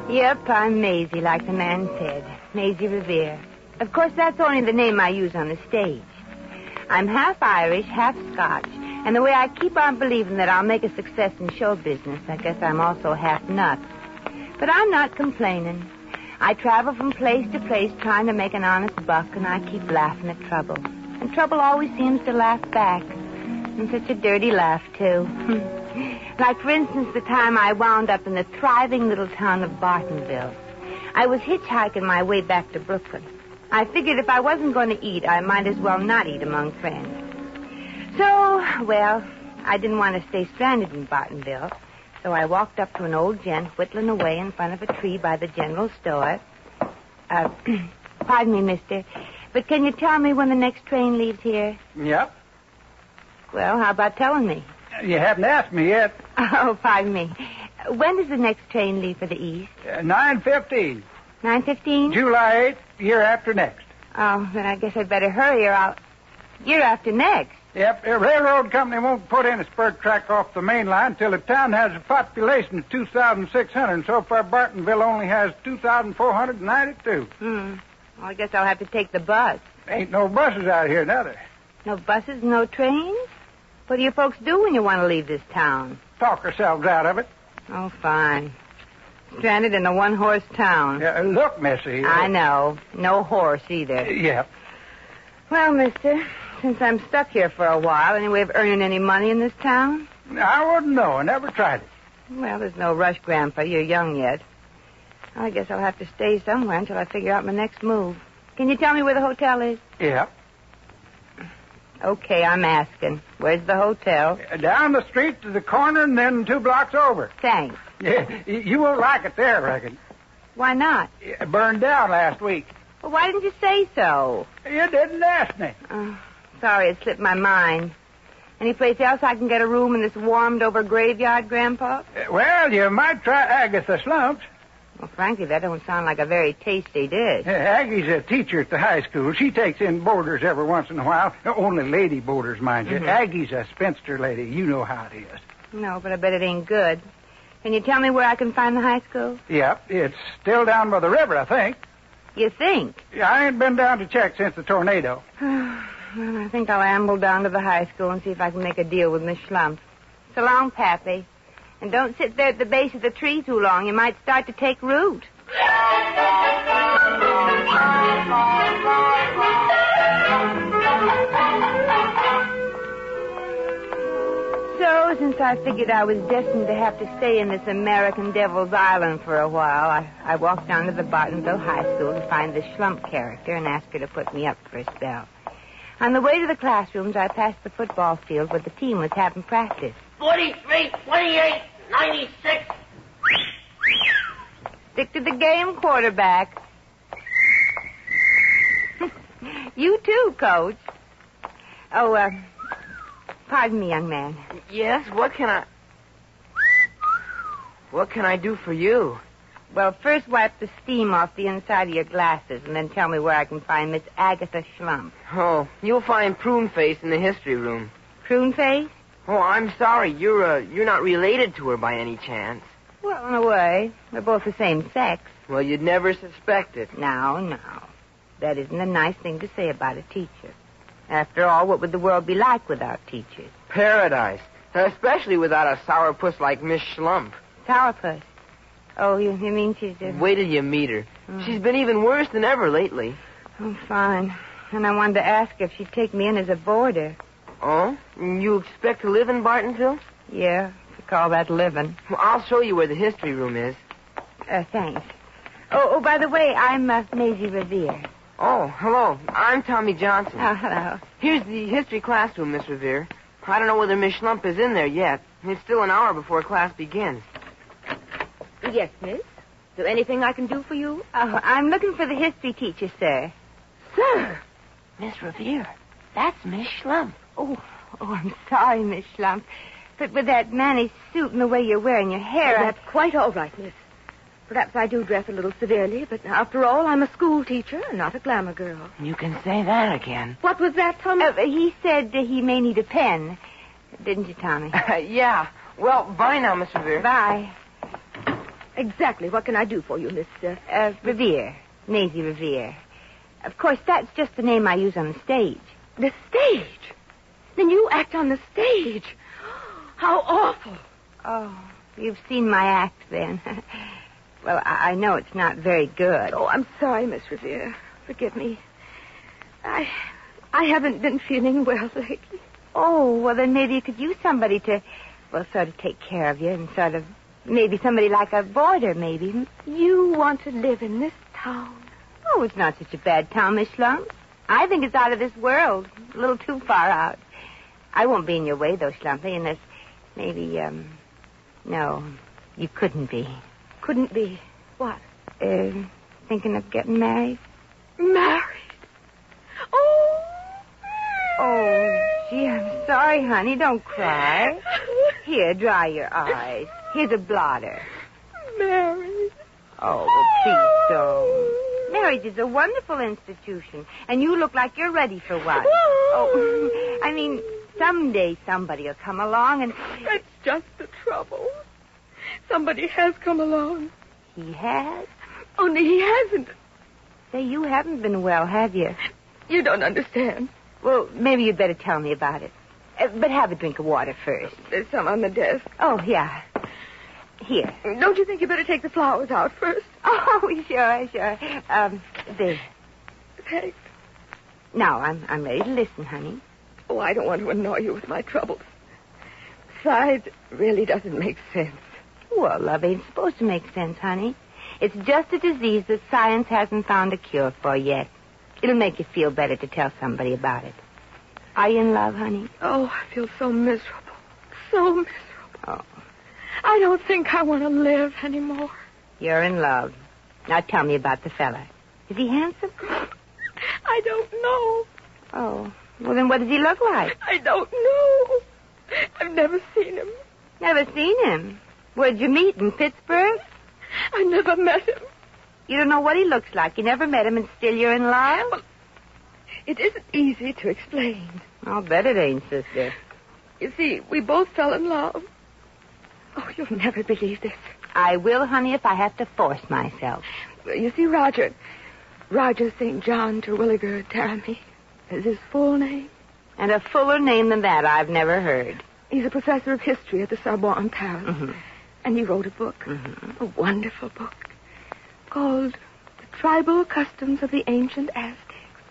Speaker 12: Yep, I'm Maisie, like the man said. Maisie Revere. Of course, that's only the name I use on the stage. I'm half Irish, half Scotch, and the way I keep on believing that I'll make a success in show business, I guess I'm also half nuts. But I'm not complaining. I travel from place to place trying to make an honest buck, and I keep laughing at trouble. And trouble always seems to laugh back. And such a dirty laugh, too. Like, for instance, the time I wound up in the thriving little town of Bartonville. I was hitchhiking my way back to Brooklyn. I figured if I wasn't going to eat, I might as well not eat among friends. So, well, I didn't want to stay stranded in Bartonville, so I walked up to an old gent whittling away in front of a tree by the general store. Uh, pardon me, mister, but can you tell me when the next train leaves here?
Speaker 13: Yep.
Speaker 12: Well, how about telling me?
Speaker 13: You haven't asked me yet.
Speaker 12: Oh, pardon me. When does the next train leave for the east?
Speaker 13: Uh, Nine fifteen.
Speaker 12: Nine fifteen.
Speaker 13: July eighth, year after next.
Speaker 12: Oh, then I guess I'd better hurry, or I'll. Year after next.
Speaker 13: Yep, the railroad company won't put in a spur track off the main line till the town has a population of 2,600, and so far Bartonville only has 2,492.
Speaker 12: Hmm. Well, I guess I'll have to take the bus.
Speaker 13: Ain't no buses out here, neither.
Speaker 12: No buses, no trains? What do you folks do when you want to leave this town?
Speaker 13: Talk ourselves out of it.
Speaker 12: Oh, fine. Stranded in a one horse town.
Speaker 13: Uh, look, Missy. Uh...
Speaker 12: I know. No horse either. Uh,
Speaker 13: yep.
Speaker 12: Well, mister, since I'm stuck here for a while, any way of earning any money in this town?
Speaker 13: I wouldn't know. I never tried it.
Speaker 12: Well, there's no rush, Grandpa. You're young yet. I guess I'll have to stay somewhere until I figure out my next move. Can you tell me where the hotel is?
Speaker 13: Yep.
Speaker 12: Okay, I'm asking. Where's the hotel?
Speaker 13: Down the street to the corner and then two blocks over.
Speaker 12: Thanks.
Speaker 13: Yeah, you won't like it there, I reckon.
Speaker 12: Why not?
Speaker 13: It burned down last week.
Speaker 12: Well, why didn't you say so?
Speaker 13: You didn't ask me.
Speaker 12: Oh, sorry, it slipped my mind. Any place else I can get a room in this warmed over graveyard, Grandpa?
Speaker 13: Eh, Well, you might try Agatha Slumps.
Speaker 12: Well, frankly, that don't sound like a very tasty dish.
Speaker 13: Yeah, Aggie's a teacher at the high school. She takes in boarders every once in a while. Only lady boarders, mind you. Mm-hmm. Aggie's a spinster lady. You know how it is.
Speaker 12: No, but I bet it ain't good. Can you tell me where I can find the high school?
Speaker 13: Yep. It's still down by the river, I think.
Speaker 12: You think?
Speaker 13: Yeah, I ain't been down to check since the tornado.
Speaker 12: well, I think I'll amble down to the high school and see if I can make a deal with Miss Schlump. So long, Pappy. And don't sit there at the base of the tree too long. You might start to take root. So, since I figured I was destined to have to stay in this American Devil's Island for a while, I, I walked down to the Bartonville High School to find the Schlump character and ask her to put me up for a spell. On the way to the classrooms, I passed the football field where the team was having practice.
Speaker 14: 43, 28, 96.
Speaker 12: Stick to the game, quarterback. you too, coach. Oh, uh, pardon me, young man.
Speaker 15: Yes, what can I. What can I do for you?
Speaker 12: Well, first wipe the steam off the inside of your glasses, and then tell me where I can find Miss Agatha Schlump.
Speaker 15: Oh, you'll find Pruneface in the history room.
Speaker 12: Pruneface?
Speaker 15: Oh, I'm sorry. You're uh, you're not related to her by any chance.
Speaker 12: Well, in a way, they're both the same sex.
Speaker 15: Well, you'd never suspect it.
Speaker 12: No, no, that isn't a nice thing to say about a teacher. After all, what would the world be like without teachers?
Speaker 15: Paradise, especially without a sourpuss like Miss Schlump.
Speaker 12: Sourpuss. Oh, you, you mean she's just...
Speaker 15: Wait till you meet her. Mm. She's been even worse than ever lately.
Speaker 12: Oh, fine. And I wanted to ask if she'd take me in as a boarder.
Speaker 15: Oh? You expect to live in Bartonville?
Speaker 12: Yeah, for
Speaker 15: call that living. Well, I'll show you where the history room is.
Speaker 12: Uh, thanks. Oh, oh, by the way, I'm uh, Maisie Revere.
Speaker 15: Oh, hello. I'm Tommy Johnson.
Speaker 12: Oh, hello.
Speaker 15: Here's the history classroom, Miss Revere. I don't know whether Miss Schlump is in there yet. It's still an hour before class begins.
Speaker 12: Yes, miss. So anything I can do for you? Oh, I'm looking for the history teacher, sir.
Speaker 16: Sir! Miss Revere, that's Miss Schlump.
Speaker 12: Oh, oh, I'm sorry, Miss Schlump. But with that manny suit and the way you're wearing your hair,
Speaker 16: Oh, that's quite all right, miss. Perhaps I do dress a little severely, but after all, I'm a school teacher and not a glamour girl.
Speaker 15: You can say that again.
Speaker 16: What was that, Tommy?
Speaker 12: Uh, he said uh, he may need a pen. Didn't you, Tommy?
Speaker 15: yeah. Well, bye now, Miss Revere.
Speaker 12: Bye.
Speaker 16: Exactly. What can I do for you, Miss? Uh...
Speaker 12: Uh, Revere. Maisie Revere. Of course, that's just the name I use on the stage.
Speaker 16: The stage? Then you act on the stage. How awful.
Speaker 12: Oh, you've seen my act then. well, I-, I know it's not very good.
Speaker 16: Oh, I'm sorry, Miss Revere. Forgive me. I I haven't been feeling well lately.
Speaker 12: Oh, well, then maybe you could use somebody to, well, sort of take care of you and sort of, maybe somebody like a boarder, maybe.
Speaker 16: You want to live in this town.
Speaker 12: Oh, it's not such a bad town, Miss Schlump. I think it's out of this world, a little too far out. I won't be in your way, though, Schlumpy, unless maybe, um, no, you couldn't be.
Speaker 16: Couldn't be. What?
Speaker 12: Uh, thinking of getting married?
Speaker 16: Married. Oh.
Speaker 12: Oh, gee, I'm sorry, honey. Don't cry. Here, dry your eyes. Here's a blotter.
Speaker 16: Married.
Speaker 12: Oh, well, please don't. Marriage is a wonderful institution, and you look like you're ready for one. Oh, I mean, someday somebody will come along and
Speaker 16: That's just the trouble. Somebody has come along.
Speaker 12: he has.
Speaker 16: Only he hasn't.
Speaker 12: Say, you haven't been well, have you?
Speaker 16: You don't understand.
Speaker 12: Well, maybe you'd better tell me about it. Uh, but have a drink of water first.
Speaker 16: There's some on the desk.
Speaker 12: Oh, yeah. Here.
Speaker 16: Don't you think you better take the flowers out first?
Speaker 12: Oh, sure, sure. Um, there.
Speaker 16: Thanks.
Speaker 12: Now, I'm, I'm ready to listen, honey.
Speaker 16: Oh, I don't want to annoy you with my troubles. Besides, it really doesn't make sense.
Speaker 12: Well, love ain't supposed to make sense, honey. It's just a disease that science hasn't found a cure for yet. It'll make you feel better to tell somebody about it. Are you in love, honey?
Speaker 16: Oh, I feel so miserable. So miserable.
Speaker 12: Oh,
Speaker 16: I don't think I want to live anymore.
Speaker 12: you're in love. Now tell me about the fella. Is he handsome?
Speaker 16: I don't know.
Speaker 12: Oh, well then what does he look like?
Speaker 16: I don't know. I've never seen him.
Speaker 12: Never seen him. Where'd you meet in Pittsburgh?
Speaker 16: I never met him.
Speaker 12: You don't know what he looks like. You never met him, and still you're in love.
Speaker 16: It isn't easy to explain.
Speaker 12: I'll bet it ain't, sister.
Speaker 16: You see, we both fell in love. Oh, you'll never believe this.
Speaker 12: I will, honey, if I have to force myself.
Speaker 16: You see, Roger. Roger St. John Terwilliger Taramy is his full name.
Speaker 12: And a fuller name than that I've never heard.
Speaker 16: He's a professor of history at the Sorbonne, Paris.
Speaker 12: Mhm.
Speaker 16: And he wrote a book,
Speaker 12: Mhm.
Speaker 16: a wonderful book, called The Tribal Customs of the Ancient Aztecs.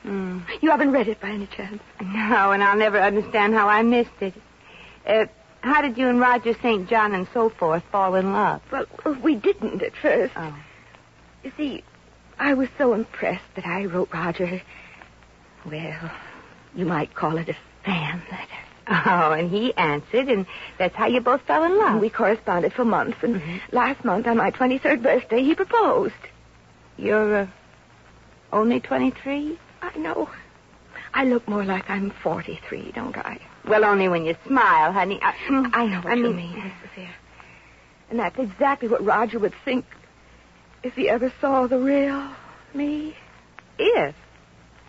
Speaker 12: Mm.
Speaker 16: You haven't read it by any chance.
Speaker 12: No, and I'll never understand how I missed it. Uh, how did you and Roger St. John and so forth fall in love?
Speaker 16: Well, we didn't at first.
Speaker 12: Oh.
Speaker 16: You see, I was so impressed that I wrote Roger, well, you might call it a fan letter.
Speaker 12: Oh, and he answered, and that's how you both fell in love. Mm-hmm.
Speaker 16: We corresponded for months, and last month, on my 23rd birthday, he proposed.
Speaker 12: You're uh, only 23?
Speaker 16: I know. I look more like I'm 43, don't I?
Speaker 12: Well, only when you smile, honey. I, Mm.
Speaker 16: I know what
Speaker 12: I
Speaker 16: you
Speaker 12: mean-
Speaker 16: mean, Miss Revere. And that's exactly what Roger would think if he ever saw the real me.
Speaker 12: If.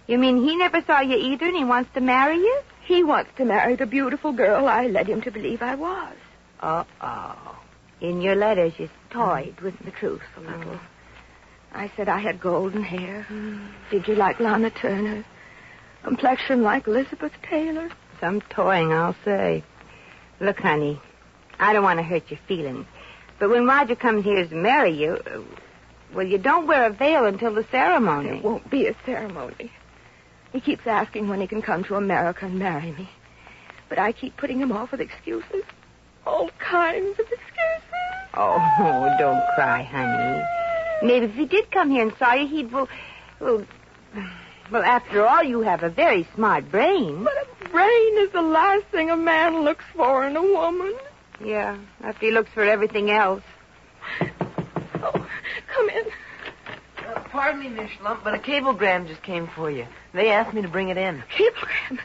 Speaker 12: You mean he never saw you either, and he wants to marry you?
Speaker 16: He wants to marry the beautiful girl I led him to believe I was.
Speaker 12: Uh-oh. In your letters, you toyed with
Speaker 16: The truth, a little. Oh. I said I had golden hair, figure like Lana Turner, complexion like Elizabeth Taylor.
Speaker 12: Some toying, I'll say. Look, honey, I don't want to hurt your feelings, but when Roger comes here to marry you, uh, well, you don't wear a veil until the ceremony.
Speaker 16: It won't be a ceremony. He keeps asking when he can come to America and marry me. But I keep putting him off with excuses. all kinds of excuses.
Speaker 12: Oh, don't cry, honey. Maybe if he did come here and saw you, he'd well, well, well. After all, you have a very smart brain.
Speaker 16: But a brain is the last thing a man looks for in a woman.
Speaker 12: Yeah, after he looks for everything else.
Speaker 16: Come in.
Speaker 15: Uh, pardon me, Miss Lump, but a cablegram just came for you. They asked me to bring it in.
Speaker 16: Cablegram?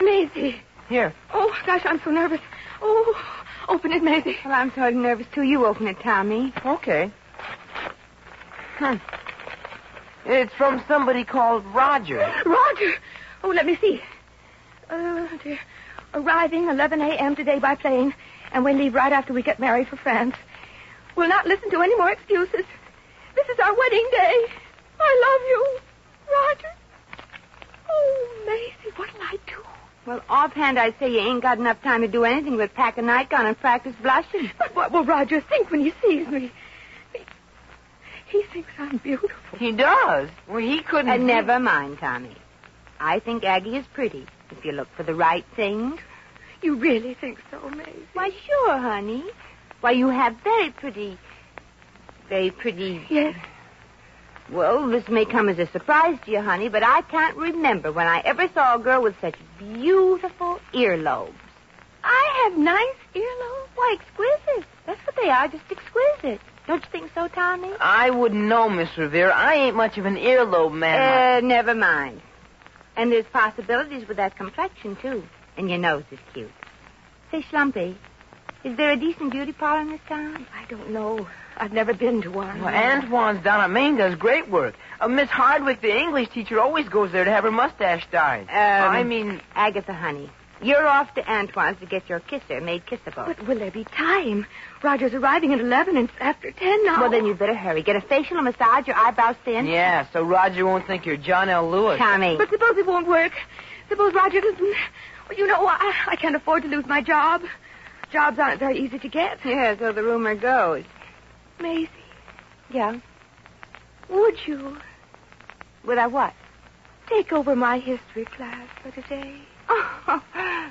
Speaker 16: Maisie.
Speaker 15: Here.
Speaker 16: Oh, gosh, I'm so nervous. Oh, open it, Maisie.
Speaker 12: Well, I'm so nervous too. You open it, Tommy.
Speaker 15: Okay. Hmm. It's from somebody called Roger.
Speaker 16: Roger. Oh, let me see. Oh, dear. Arriving 11 a.m. today by plane, and we leave right after we get married for France. We'll not listen to any more excuses. This is our wedding day. I love you, Roger. Oh, Maisie, what'll I do?
Speaker 12: Well, offhand, I'd say you ain't got enough time to do anything but pack a nightgown and practice blushing.
Speaker 16: But what will Roger think when he sees me? He, he thinks I'm beautiful.
Speaker 15: He does. Well, he couldn't.
Speaker 12: And Uh, never mind, Tommy. I think Aggie is pretty if you look for the right thing.
Speaker 16: You really think so, Maisie?
Speaker 12: Why, sure, honey. Why, you have very pretty. Very pretty.
Speaker 16: Yes.
Speaker 12: Well, this may come as a surprise to you, honey, but I can't remember when I ever saw a girl with such beautiful earlobes.
Speaker 16: I have nice earlobes.
Speaker 12: Why, exquisite. That's what they are, just exquisite. Don't you think so, Tommy?
Speaker 15: I wouldn't know, Miss Revere. I ain't much of an earlobe man.
Speaker 12: Uh, never mind. And there's possibilities with that complexion, too. And your nose is cute. Say, Schlumpy, is there a decent beauty parlor in this town?
Speaker 16: I don't know. I've never been to one.
Speaker 15: Well, Antoine's down at Maine does great work. Uh, Miss Hardwick, the English teacher, always goes there to have her mustache dyed. Um, I mean,
Speaker 12: Agatha, honey, you're off to Antoine's to get your kisser made kissable.
Speaker 16: But will there be time? Roger's arriving at 11 and it's after 10 now.
Speaker 12: Well, then you'd better hurry. Get a facial, a massage, your eyebrows thinned.
Speaker 15: Yeah, so Roger won't think you're John L. Lewis.
Speaker 12: Tommy.
Speaker 16: But suppose it won't work. Suppose Roger doesn't... Well, you know, I, I can't afford to lose my job. Jobs aren't very easy to get.
Speaker 12: Yeah, so the rumor goes.
Speaker 16: Maisie.
Speaker 12: Yeah?
Speaker 16: Would you?
Speaker 12: Would I what?
Speaker 16: Take over my history class for today.
Speaker 12: Oh,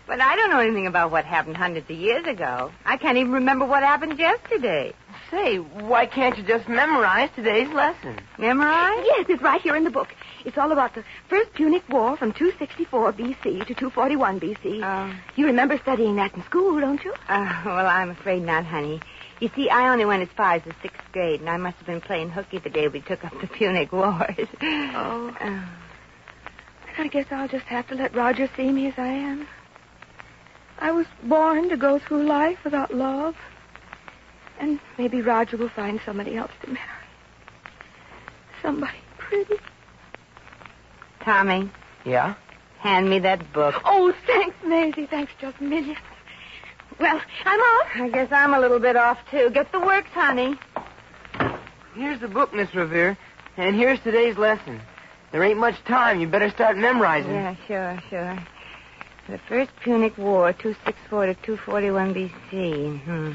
Speaker 12: but I don't know anything about what happened hundreds of years ago. I can't even remember what happened yesterday.
Speaker 15: Say, why can't you just memorize today's lesson?
Speaker 12: Memorize?
Speaker 16: Yes, it's right here in the book. It's all about the First Punic War from 264 B.C. to 241 B.C.
Speaker 12: Oh.
Speaker 16: You remember studying that in school, don't you?
Speaker 12: Uh, well, I'm afraid not, honey. You see, I only went as far as the sixth grade, and I must have been playing hooky the day we took up the Punic Wars.
Speaker 16: Oh. Uh, I guess I'll just have to let Roger see me as I am. I was born to go through life without love. And maybe Roger will find somebody else to marry. Somebody pretty.
Speaker 12: Tommy.
Speaker 15: Yeah?
Speaker 12: Hand me that book.
Speaker 16: Oh, thanks, Maisie. Thanks just millions. Well, I'm off.
Speaker 12: I guess I'm a little bit off, too. Get the works, honey.
Speaker 15: Here's the book, Miss Revere. And here's today's lesson. There ain't much time. You better start memorizing.
Speaker 12: Yeah, sure, sure. The First Punic War, 264 to 241 B.C. Hmm.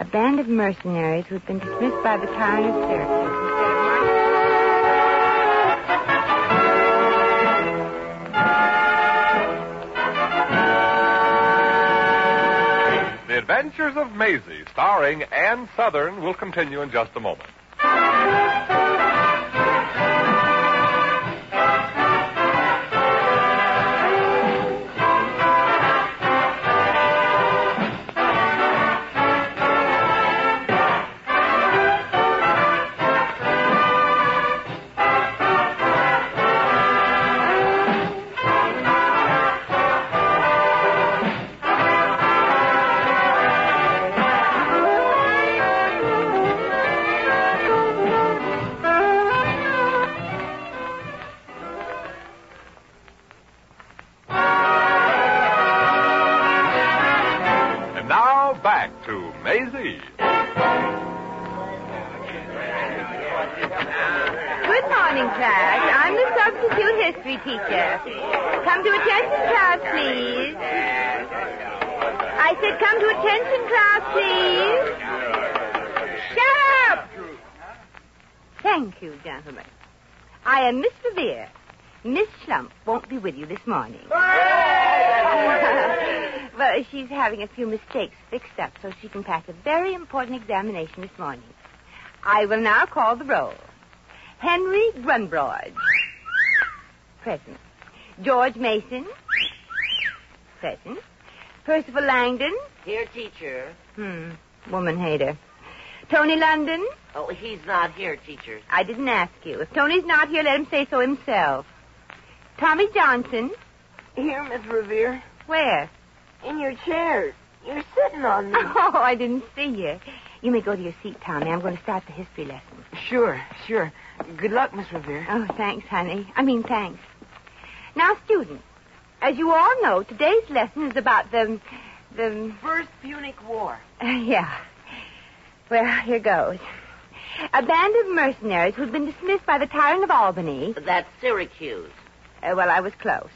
Speaker 12: A band of mercenaries who'd been dismissed by the town of Syracuse.
Speaker 4: The Adventures of Maisie, starring Ann Southern, will continue in just a moment.
Speaker 12: Miss Schlump won't be with you this morning. Well, she's having a few mistakes fixed up so she can pass a very important examination this morning. I will now call the roll. Henry Grunbroyd. Present. George Mason. Present. Percival Langdon.
Speaker 17: Dear teacher.
Speaker 12: Hmm. Woman hater. Tony London.
Speaker 17: Oh, he's not here, teacher.
Speaker 12: I didn't ask you. If Tony's not here, let him say so himself. Tommy Johnson.
Speaker 18: Here, Miss Revere.
Speaker 12: Where?
Speaker 18: In your chair. You're sitting on me.
Speaker 12: Oh, I didn't see you. You may go to your seat, Tommy. I'm going to start the history lesson.
Speaker 15: Sure, sure. Good luck, Miss Revere.
Speaker 12: Oh, thanks, honey. I mean, thanks. Now, students, as you all know, today's lesson is about the. the.
Speaker 17: First Punic War.
Speaker 12: Uh, yeah. Well, here goes. A band of mercenaries who'd been dismissed by the tyrant of Albany.
Speaker 17: That's Syracuse.
Speaker 12: Uh, well, I was close.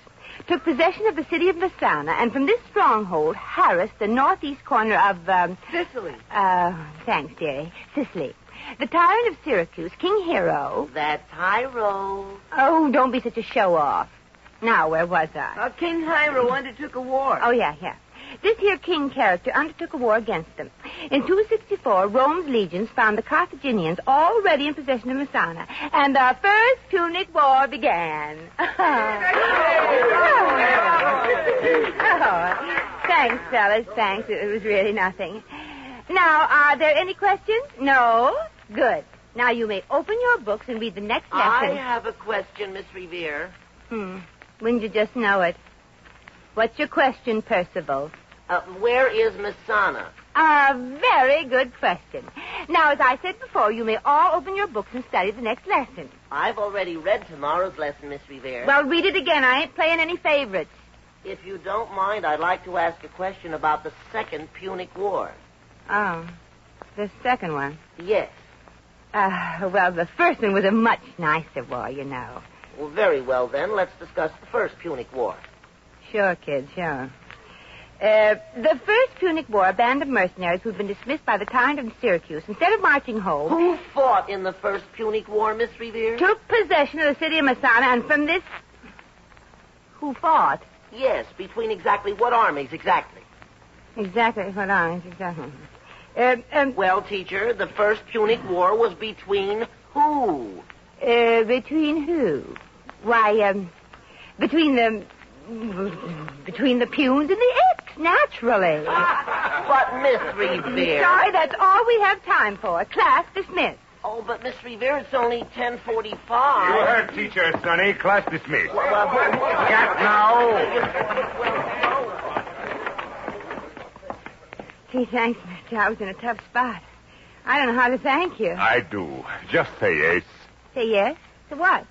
Speaker 12: Took possession of the city of Messana, and from this stronghold harassed the northeast corner of um,
Speaker 17: Sicily.
Speaker 12: Uh, thanks, dearie. Sicily. The tyrant of Syracuse, King Hero.
Speaker 17: That's Hiero.
Speaker 12: Oh, don't be such a show off. Now, where was I?
Speaker 17: Uh, King Hiero undertook a war.
Speaker 12: Oh, yeah, yeah. This here king character undertook a war against them. In 264, Rome's legions found the Carthaginians already in possession of Messana, and the First Punic War began. oh, thanks, fellas, thanks. It was really nothing. Now, are there any questions? No? Good. Now you may open your books and read the next lesson.
Speaker 17: I have a question, Miss Revere.
Speaker 12: Hmm. Wouldn't you just know it? What's your question, Percival?
Speaker 17: Uh, where is Messana?
Speaker 12: A very good question. Now, as I said before, you may all open your books and study the next lesson.
Speaker 17: I've already read tomorrow's lesson, Miss Revere.
Speaker 12: Well, read it again. I ain't playing any favorites.
Speaker 17: If you don't mind, I'd like to ask a question about the Second Punic War.
Speaker 12: Oh, the second one?
Speaker 17: Yes.
Speaker 12: Uh, well, the first one was a much nicer war, you know.
Speaker 17: Well, very well then. Let's discuss the First Punic War.
Speaker 12: Sure, kid, sure. Uh, the First Punic War, a band of mercenaries who'd been dismissed by the tyrant of Syracuse, instead of marching home...
Speaker 17: Who fought in the First Punic War, Miss Revere?
Speaker 12: Took possession of the city of Messana, and from this... Who fought?
Speaker 17: Yes, between exactly what armies, exactly?
Speaker 12: Exactly what armies, exactly. Uh, um,
Speaker 17: well, teacher, the First Punic War was between who?
Speaker 12: Uh, between who? Why, um, between the between the punes and the apes, naturally.
Speaker 17: but, Miss Revere.
Speaker 12: Sorry, that's all we have time for. Class dismissed.
Speaker 17: Oh, but Miss Revere, it's only 1045.
Speaker 19: You heard teacher, Sonny. Class dismissed.
Speaker 17: Well, well, well,
Speaker 19: Cat now.
Speaker 12: Gee, thanks, mister. I was in a tough spot. I don't know how to thank you.
Speaker 19: I do. Just say yes.
Speaker 12: Say yes? To what?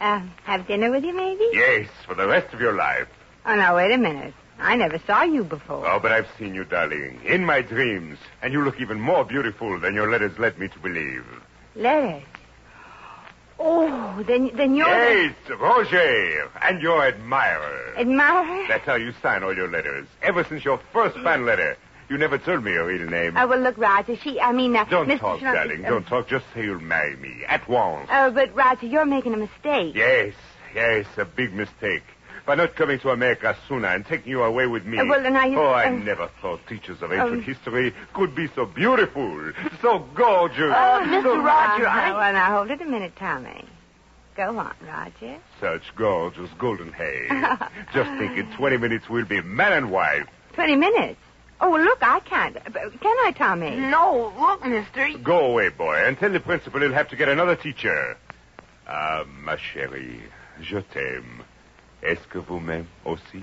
Speaker 12: Uh, have dinner with you, maybe?
Speaker 19: Yes, for the rest of your life.
Speaker 12: Oh, now, wait a minute. I never saw you before.
Speaker 19: Oh, but I've seen you, darling, in my dreams. And you look even more beautiful than your letters led me to believe.
Speaker 12: Letters? Oh, then, then you're...
Speaker 19: Yes, Roger, and your admirer.
Speaker 12: Admirer?
Speaker 19: That's how you sign all your letters, ever since your first fan letter. You never told me your real name.
Speaker 12: Oh, well, look, Roger, she, I mean... Uh,
Speaker 19: Don't
Speaker 12: Mr.
Speaker 19: talk,
Speaker 12: Schrum-
Speaker 19: darling,
Speaker 12: uh,
Speaker 19: don't talk. Just say you'll marry me, at once.
Speaker 12: Oh, but, Roger, you're making a mistake.
Speaker 19: Yes, yes, a big mistake. By not coming to America sooner and taking you away with me.
Speaker 12: Uh, well, then I-
Speaker 19: Oh, I
Speaker 12: uh,
Speaker 19: never thought teachers of ancient
Speaker 12: um,
Speaker 19: history could be so beautiful, so gorgeous.
Speaker 12: Oh,
Speaker 15: Oh,
Speaker 17: Uh, Mr.
Speaker 19: so-
Speaker 17: Roger,
Speaker 12: Uh,
Speaker 17: I-
Speaker 12: Well, now, hold it a minute, Tommy. Go on, Roger.
Speaker 19: Such gorgeous golden hair. Just think, in 20 minutes we'll be man and wife.
Speaker 12: Twenty minutes. Oh, well, look, I can't. Uh, Can I, Tommy?
Speaker 15: No, look, mister.
Speaker 19: Go away, boy, and tell the principal he'll have to get another teacher. Ah, ma chérie, je t'aime. Est-ce que vous m'aimez aussi?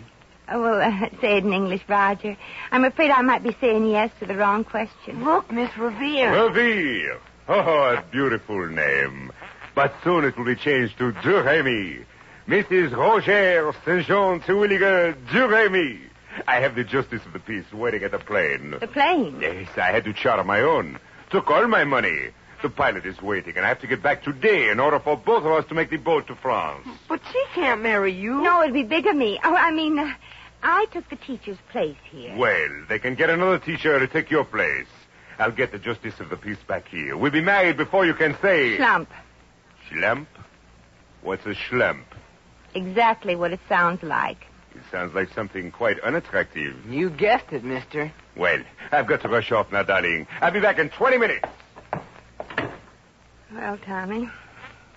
Speaker 12: Oh, well, uh, say it in English, Roger. I'm afraid I might be saying yes to the wrong question.
Speaker 15: Look, Miss Revere.
Speaker 19: Revere. Oh, a beautiful name. But soon it will be changed to Duremi. Mrs. Roger St. Jean Terwilliger Duremi. I have the justice of the peace waiting at the plane.
Speaker 12: The plane.
Speaker 19: Yes, I had to charter my own. Took all my money. The pilot is waiting, and I have to get back today in order for both of us to make the boat to France.
Speaker 15: But she can't marry you.
Speaker 12: No, it'd be big of me. Oh, I mean, uh, I took the teacher's place here.
Speaker 19: Well, they can get another teacher to take your place. I'll get the justice of the peace back here. We'll be married before you can say.
Speaker 12: Slump.
Speaker 19: Schlemp? What's a schlemp?
Speaker 12: Exactly what it sounds like.
Speaker 19: It sounds like something quite unattractive.
Speaker 15: You guessed it, mister.
Speaker 19: Well, I've got to rush off now, darling. I'll be back in 20 minutes.
Speaker 15: Well, Tommy,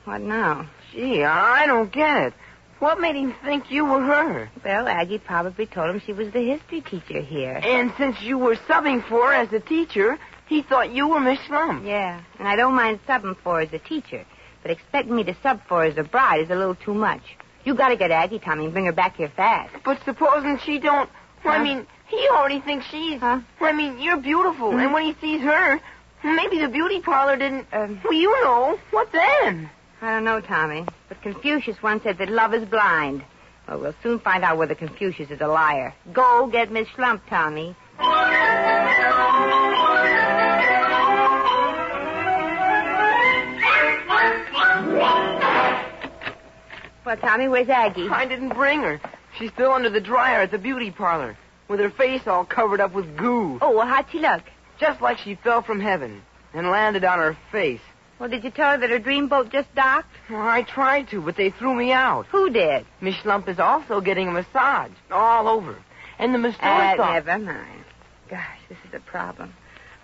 Speaker 15: what now? Gee, I don't get it. What made him think you were her?
Speaker 12: Well, Aggie probably told him she was the history teacher here.
Speaker 15: And since you were subbing for her as the teacher, he thought you were Miss Slum.
Speaker 12: Yeah, and I don't mind subbing for her as a teacher, but expecting me to sub for her as a bride is a little too much. You gotta get Aggie, Tommy, and bring her back here fast.
Speaker 15: But supposing she don't. Well,
Speaker 12: Huh?
Speaker 15: I mean, he already thinks she's. Huh? Well, I mean, you're beautiful, and when he sees her, maybe the beauty parlor didn't. uh, well, you know. What then?
Speaker 12: I don't know, Tommy, but Confucius once said that love is blind. Well, we'll soon find out whether Confucius is a liar. Go get Miss Schlump, Tommy. Well, Tommy, where's Aggie?
Speaker 15: I didn't bring her. She's still under the dryer at the beauty parlor, with her face all covered up with goo.
Speaker 12: Oh, well, how'd she look?
Speaker 15: Just like she fell from heaven and landed on her face.
Speaker 12: Well, did you tell her that her dream boat just docked?
Speaker 15: Well, I tried to, but they threw me out.
Speaker 12: Who did?
Speaker 15: Miss Lump is also getting a massage all over. And the masseur
Speaker 12: Ah,
Speaker 15: thought...
Speaker 12: never mind. Gosh, this is a problem.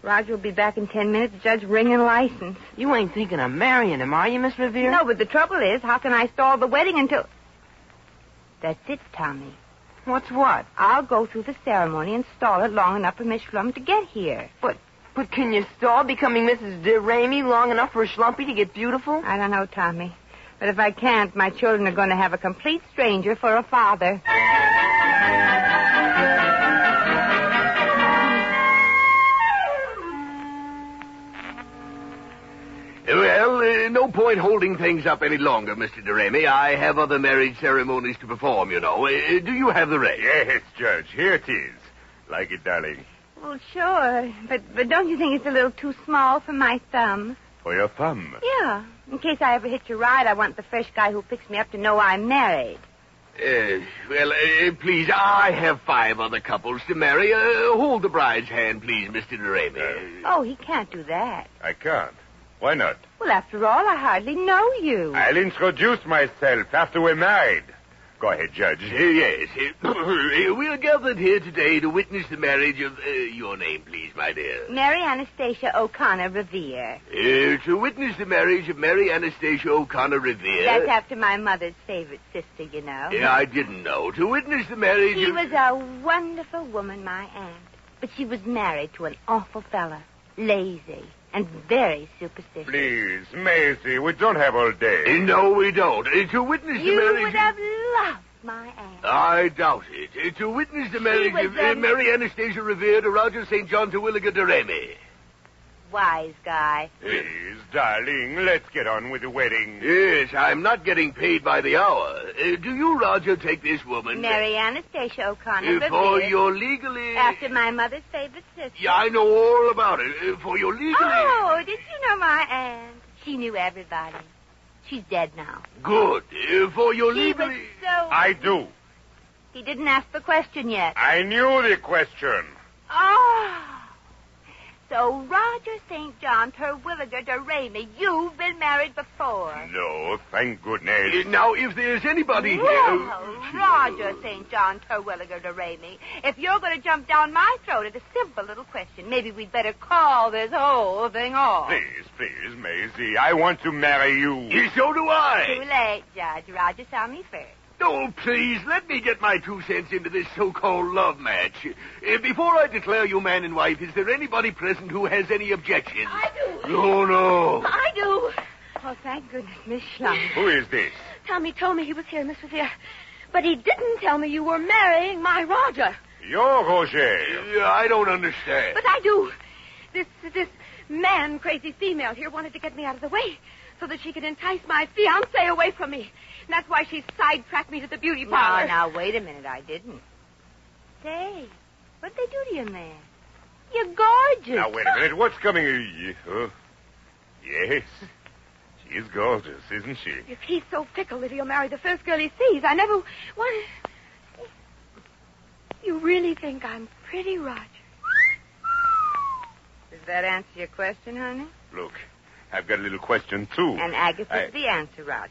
Speaker 12: Roger will be back in ten minutes, Judge ringing license.
Speaker 15: You ain't thinking of marrying him, are you, Miss Revere?
Speaker 12: No, but the trouble is, how can I stall the wedding until. That's it, Tommy.
Speaker 15: What's what?
Speaker 12: I'll go through the ceremony and stall it long enough for Miss Schlum to get here.
Speaker 15: But but can you stall becoming Mrs. De Ramey long enough for Schlumpy to get beautiful?
Speaker 12: I don't know, Tommy. But if I can't, my children are going to have a complete stranger for a father.
Speaker 1: Well, uh, no point holding things up any longer, Mr. DeRemy. I have other marriage ceremonies to perform, you know. Uh, do you have the rest?
Speaker 19: Yes, Judge. Here it is. Like it, darling.
Speaker 12: Well, sure. But, but don't you think it's a little too small for my thumb?
Speaker 19: For your thumb.
Speaker 12: Yeah. In case I ever hitch a ride, I want the fresh guy who picks me up to know I'm married.
Speaker 1: Uh, well, uh, please, I have five other couples to marry. Uh, hold the bride's hand, please, Mr.
Speaker 19: Uh,
Speaker 1: DeRemy.
Speaker 12: Oh, he can't do that.
Speaker 19: I can't. Why not?
Speaker 12: Well, after all, I hardly know you.
Speaker 19: I'll introduce myself after we're married. Go ahead, Judge.
Speaker 1: yes. Uh, we are gathered here today to witness the marriage of uh, your name, please, my dear.
Speaker 12: Mary Anastasia O'Connor Revere.
Speaker 1: Uh, to witness the marriage of Mary Anastasia O'Connor Revere.
Speaker 12: That's after my mother's favorite sister, you know.
Speaker 1: Yeah, I didn't know. To witness the marriage
Speaker 12: She
Speaker 1: of...
Speaker 12: was a wonderful woman, my aunt. But she was married to an awful fella. Lazy and very superstitious.
Speaker 19: Please, Maisie, we don't have all day.
Speaker 1: Uh, No, we don't. Uh, to witness
Speaker 12: You
Speaker 1: the marriage...
Speaker 12: would have loved my aunt.
Speaker 1: I doubt it. Uh, to witness the marriage
Speaker 12: was
Speaker 1: of
Speaker 12: a-
Speaker 1: uh, Mary Anastasia Revere to Roger St. John to Williger de Remy.
Speaker 12: Wise guy.
Speaker 19: Please, darling, let's get on with the wedding.
Speaker 1: Yes, I'm not getting paid by the hour. Uh, do you, Roger, take this woman?
Speaker 12: Mary Anastasia O'Connor
Speaker 1: Uh,
Speaker 12: Revere.
Speaker 1: for your legally...
Speaker 12: After my mother's favorite sister.
Speaker 1: Yeah, I know all about it. Uh, for your legally...
Speaker 12: Oh, did you know my aunt? She knew everybody. She's dead now.
Speaker 1: Good. Uh, for your
Speaker 12: She
Speaker 1: legally...
Speaker 12: was so.
Speaker 19: I do.
Speaker 12: He didn't ask the question yet.
Speaker 19: I knew the question.
Speaker 12: Oh. So Roger St. John Terwilliger de Ramey, you've been married before.
Speaker 19: No, thank goodness.
Speaker 1: Uh, now, if there's anybody here...
Speaker 12: Well, Roger St. John Terwilliger de Ramey, if you're going to jump down my throat at a simple little question, maybe we'd better call this whole thing off.
Speaker 19: Please, please, Maisie, I want to marry you.
Speaker 1: Yeah, So do
Speaker 12: Too
Speaker 1: I.
Speaker 12: late, Judge. Roger saw me first.
Speaker 1: No, oh, please, let me get my two cents into this so-called love match. Uh, before I declare you man and wife, is there anybody present who has any objections?
Speaker 18: I do.
Speaker 1: No, no.
Speaker 18: I do.
Speaker 12: Oh, thank goodness, Miss Schlum.
Speaker 19: Who is this?
Speaker 18: Tommy told me he was here, Miss Revere. But he didn't tell me you were marrying my Roger.
Speaker 19: You're Roger.
Speaker 1: Yeah, I don't understand.
Speaker 18: But I do. This this man crazy female here wanted to get me out of the way so that she could entice my fiance away from me. And that's why she sidetracked me to the beauty
Speaker 12: Now,
Speaker 18: parlor.
Speaker 12: now, wait a minute. I didn't. Say, what'd they do to you, man? You're gorgeous.
Speaker 19: Now, wait a minute. What's coming? Ye- huh? Yes. She's gorgeous, isn't she?
Speaker 18: If he's so fickle that he'll marry the first girl he sees, I never what You really think I'm pretty, Roger?
Speaker 12: Does that answer your question, honey?
Speaker 19: Look, I've got a little question, too.
Speaker 12: And Agatha's
Speaker 19: I-
Speaker 12: the answer, Roger.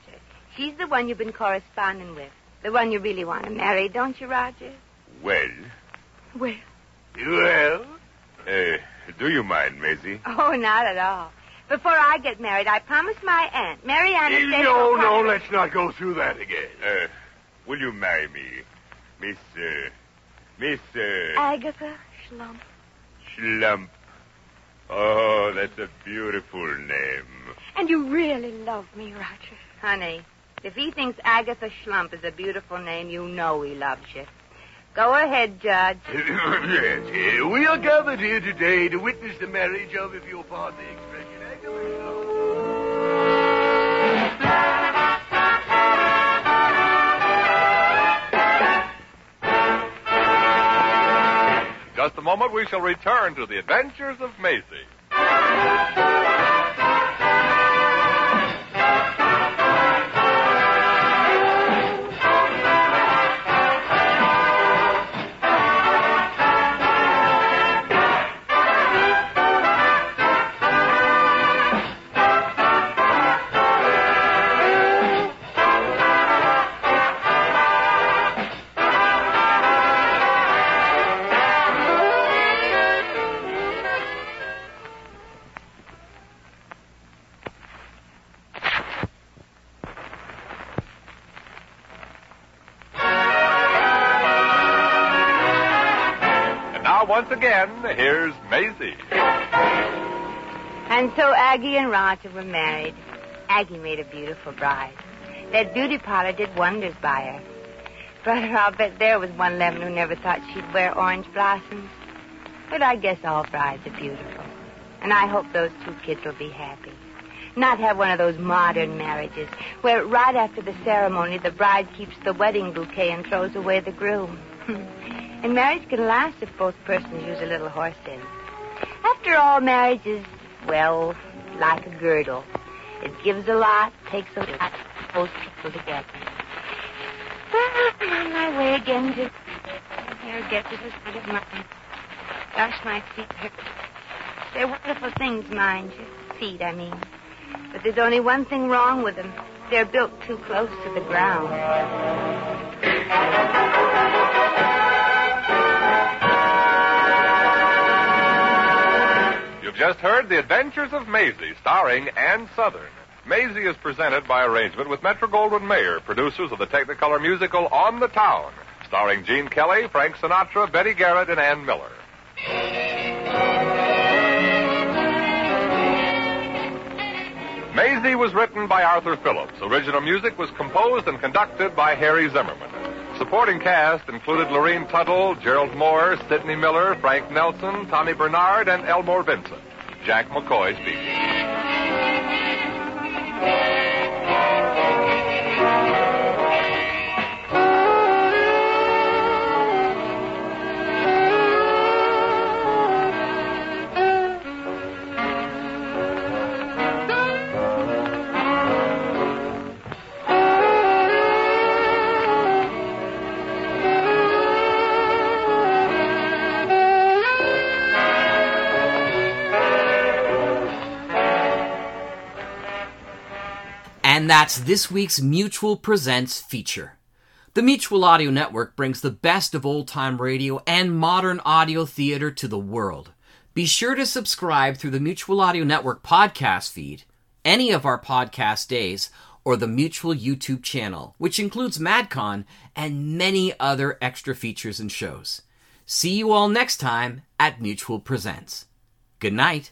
Speaker 12: She's the one you've been corresponding with. The one you really want to marry, don't you, Roger?
Speaker 19: Well,
Speaker 12: Well.
Speaker 19: well. Uh, do you mind, Maisie?
Speaker 12: Oh, not at all. Before I get married, I promise my aunt, Mary Anastasia.
Speaker 1: No,
Speaker 12: O'Connor-
Speaker 1: no, let's not go through that again.
Speaker 19: Uh, will you marry me, Miss, uh, Miss, uh,
Speaker 16: Agatha Schlump.
Speaker 19: Schlump? Oh, that's a beautiful name.
Speaker 12: And you really love me, Roger. Honey, if he thinks Agatha Schlump is a beautiful name, you know he loves you. Go ahead, Judge.
Speaker 1: yes, eh, we are gathered here today to witness the marriage of, if you'll pardon the expression, Agatha Schlump.
Speaker 4: Just a moment, we shall return to the adventures of Maisie. And now, once again, here's Maisie.
Speaker 12: And so Aggie and Roger were married. Aggie made a beautiful bride. That beauty parlor did wonders by her. Brother, I'll bet there was one Levin who never thought she'd wear orange blossoms. But I guess all brides are beautiful. And I hope those two kids will be happy. Not have one of those modern marriages where right after the ceremony the bride keeps the wedding bouquet and throws away the groom. and marriage can last if both persons use a little horse in. After all, marriage is, well, like a girdle. It gives a lot, takes a lot, holds people together. Well, I'm on my way again to hair gets to the side of mine. Gosh, my feet hurt. They're wonderful things, mind you. Feet, I mean. But there's only one thing wrong with them. They're built too close to the ground.
Speaker 4: You've just heard The Adventures of Maisie, starring Ann Southern. Maisie is presented by arrangement with Metro Goldwyn Mayer, producers of the Technicolor musical On the Town, starring Gene Kelly, Frank Sinatra, Betty Garrett, and Ann Miller. Maisie was written by Arthur Phillips. Original music was composed and conducted by Harry Zimmerman. Supporting cast included Lorene Tuttle, Gerald Moore, Sidney Miller, Frank Nelson, Tommy Bernard, and Elmore Vincent. Jack McCoy speaking.
Speaker 3: And that's this week's Mutual Presents feature. The Mutual Audio Network brings the best of old time radio and modern audio theater to the world. Be sure to subscribe through the Mutual Audio Network podcast feed, any of our podcast days, or the Mutual YouTube channel, which includes MadCon and many other extra features and shows. See you all next time at Mutual Presents. Good night.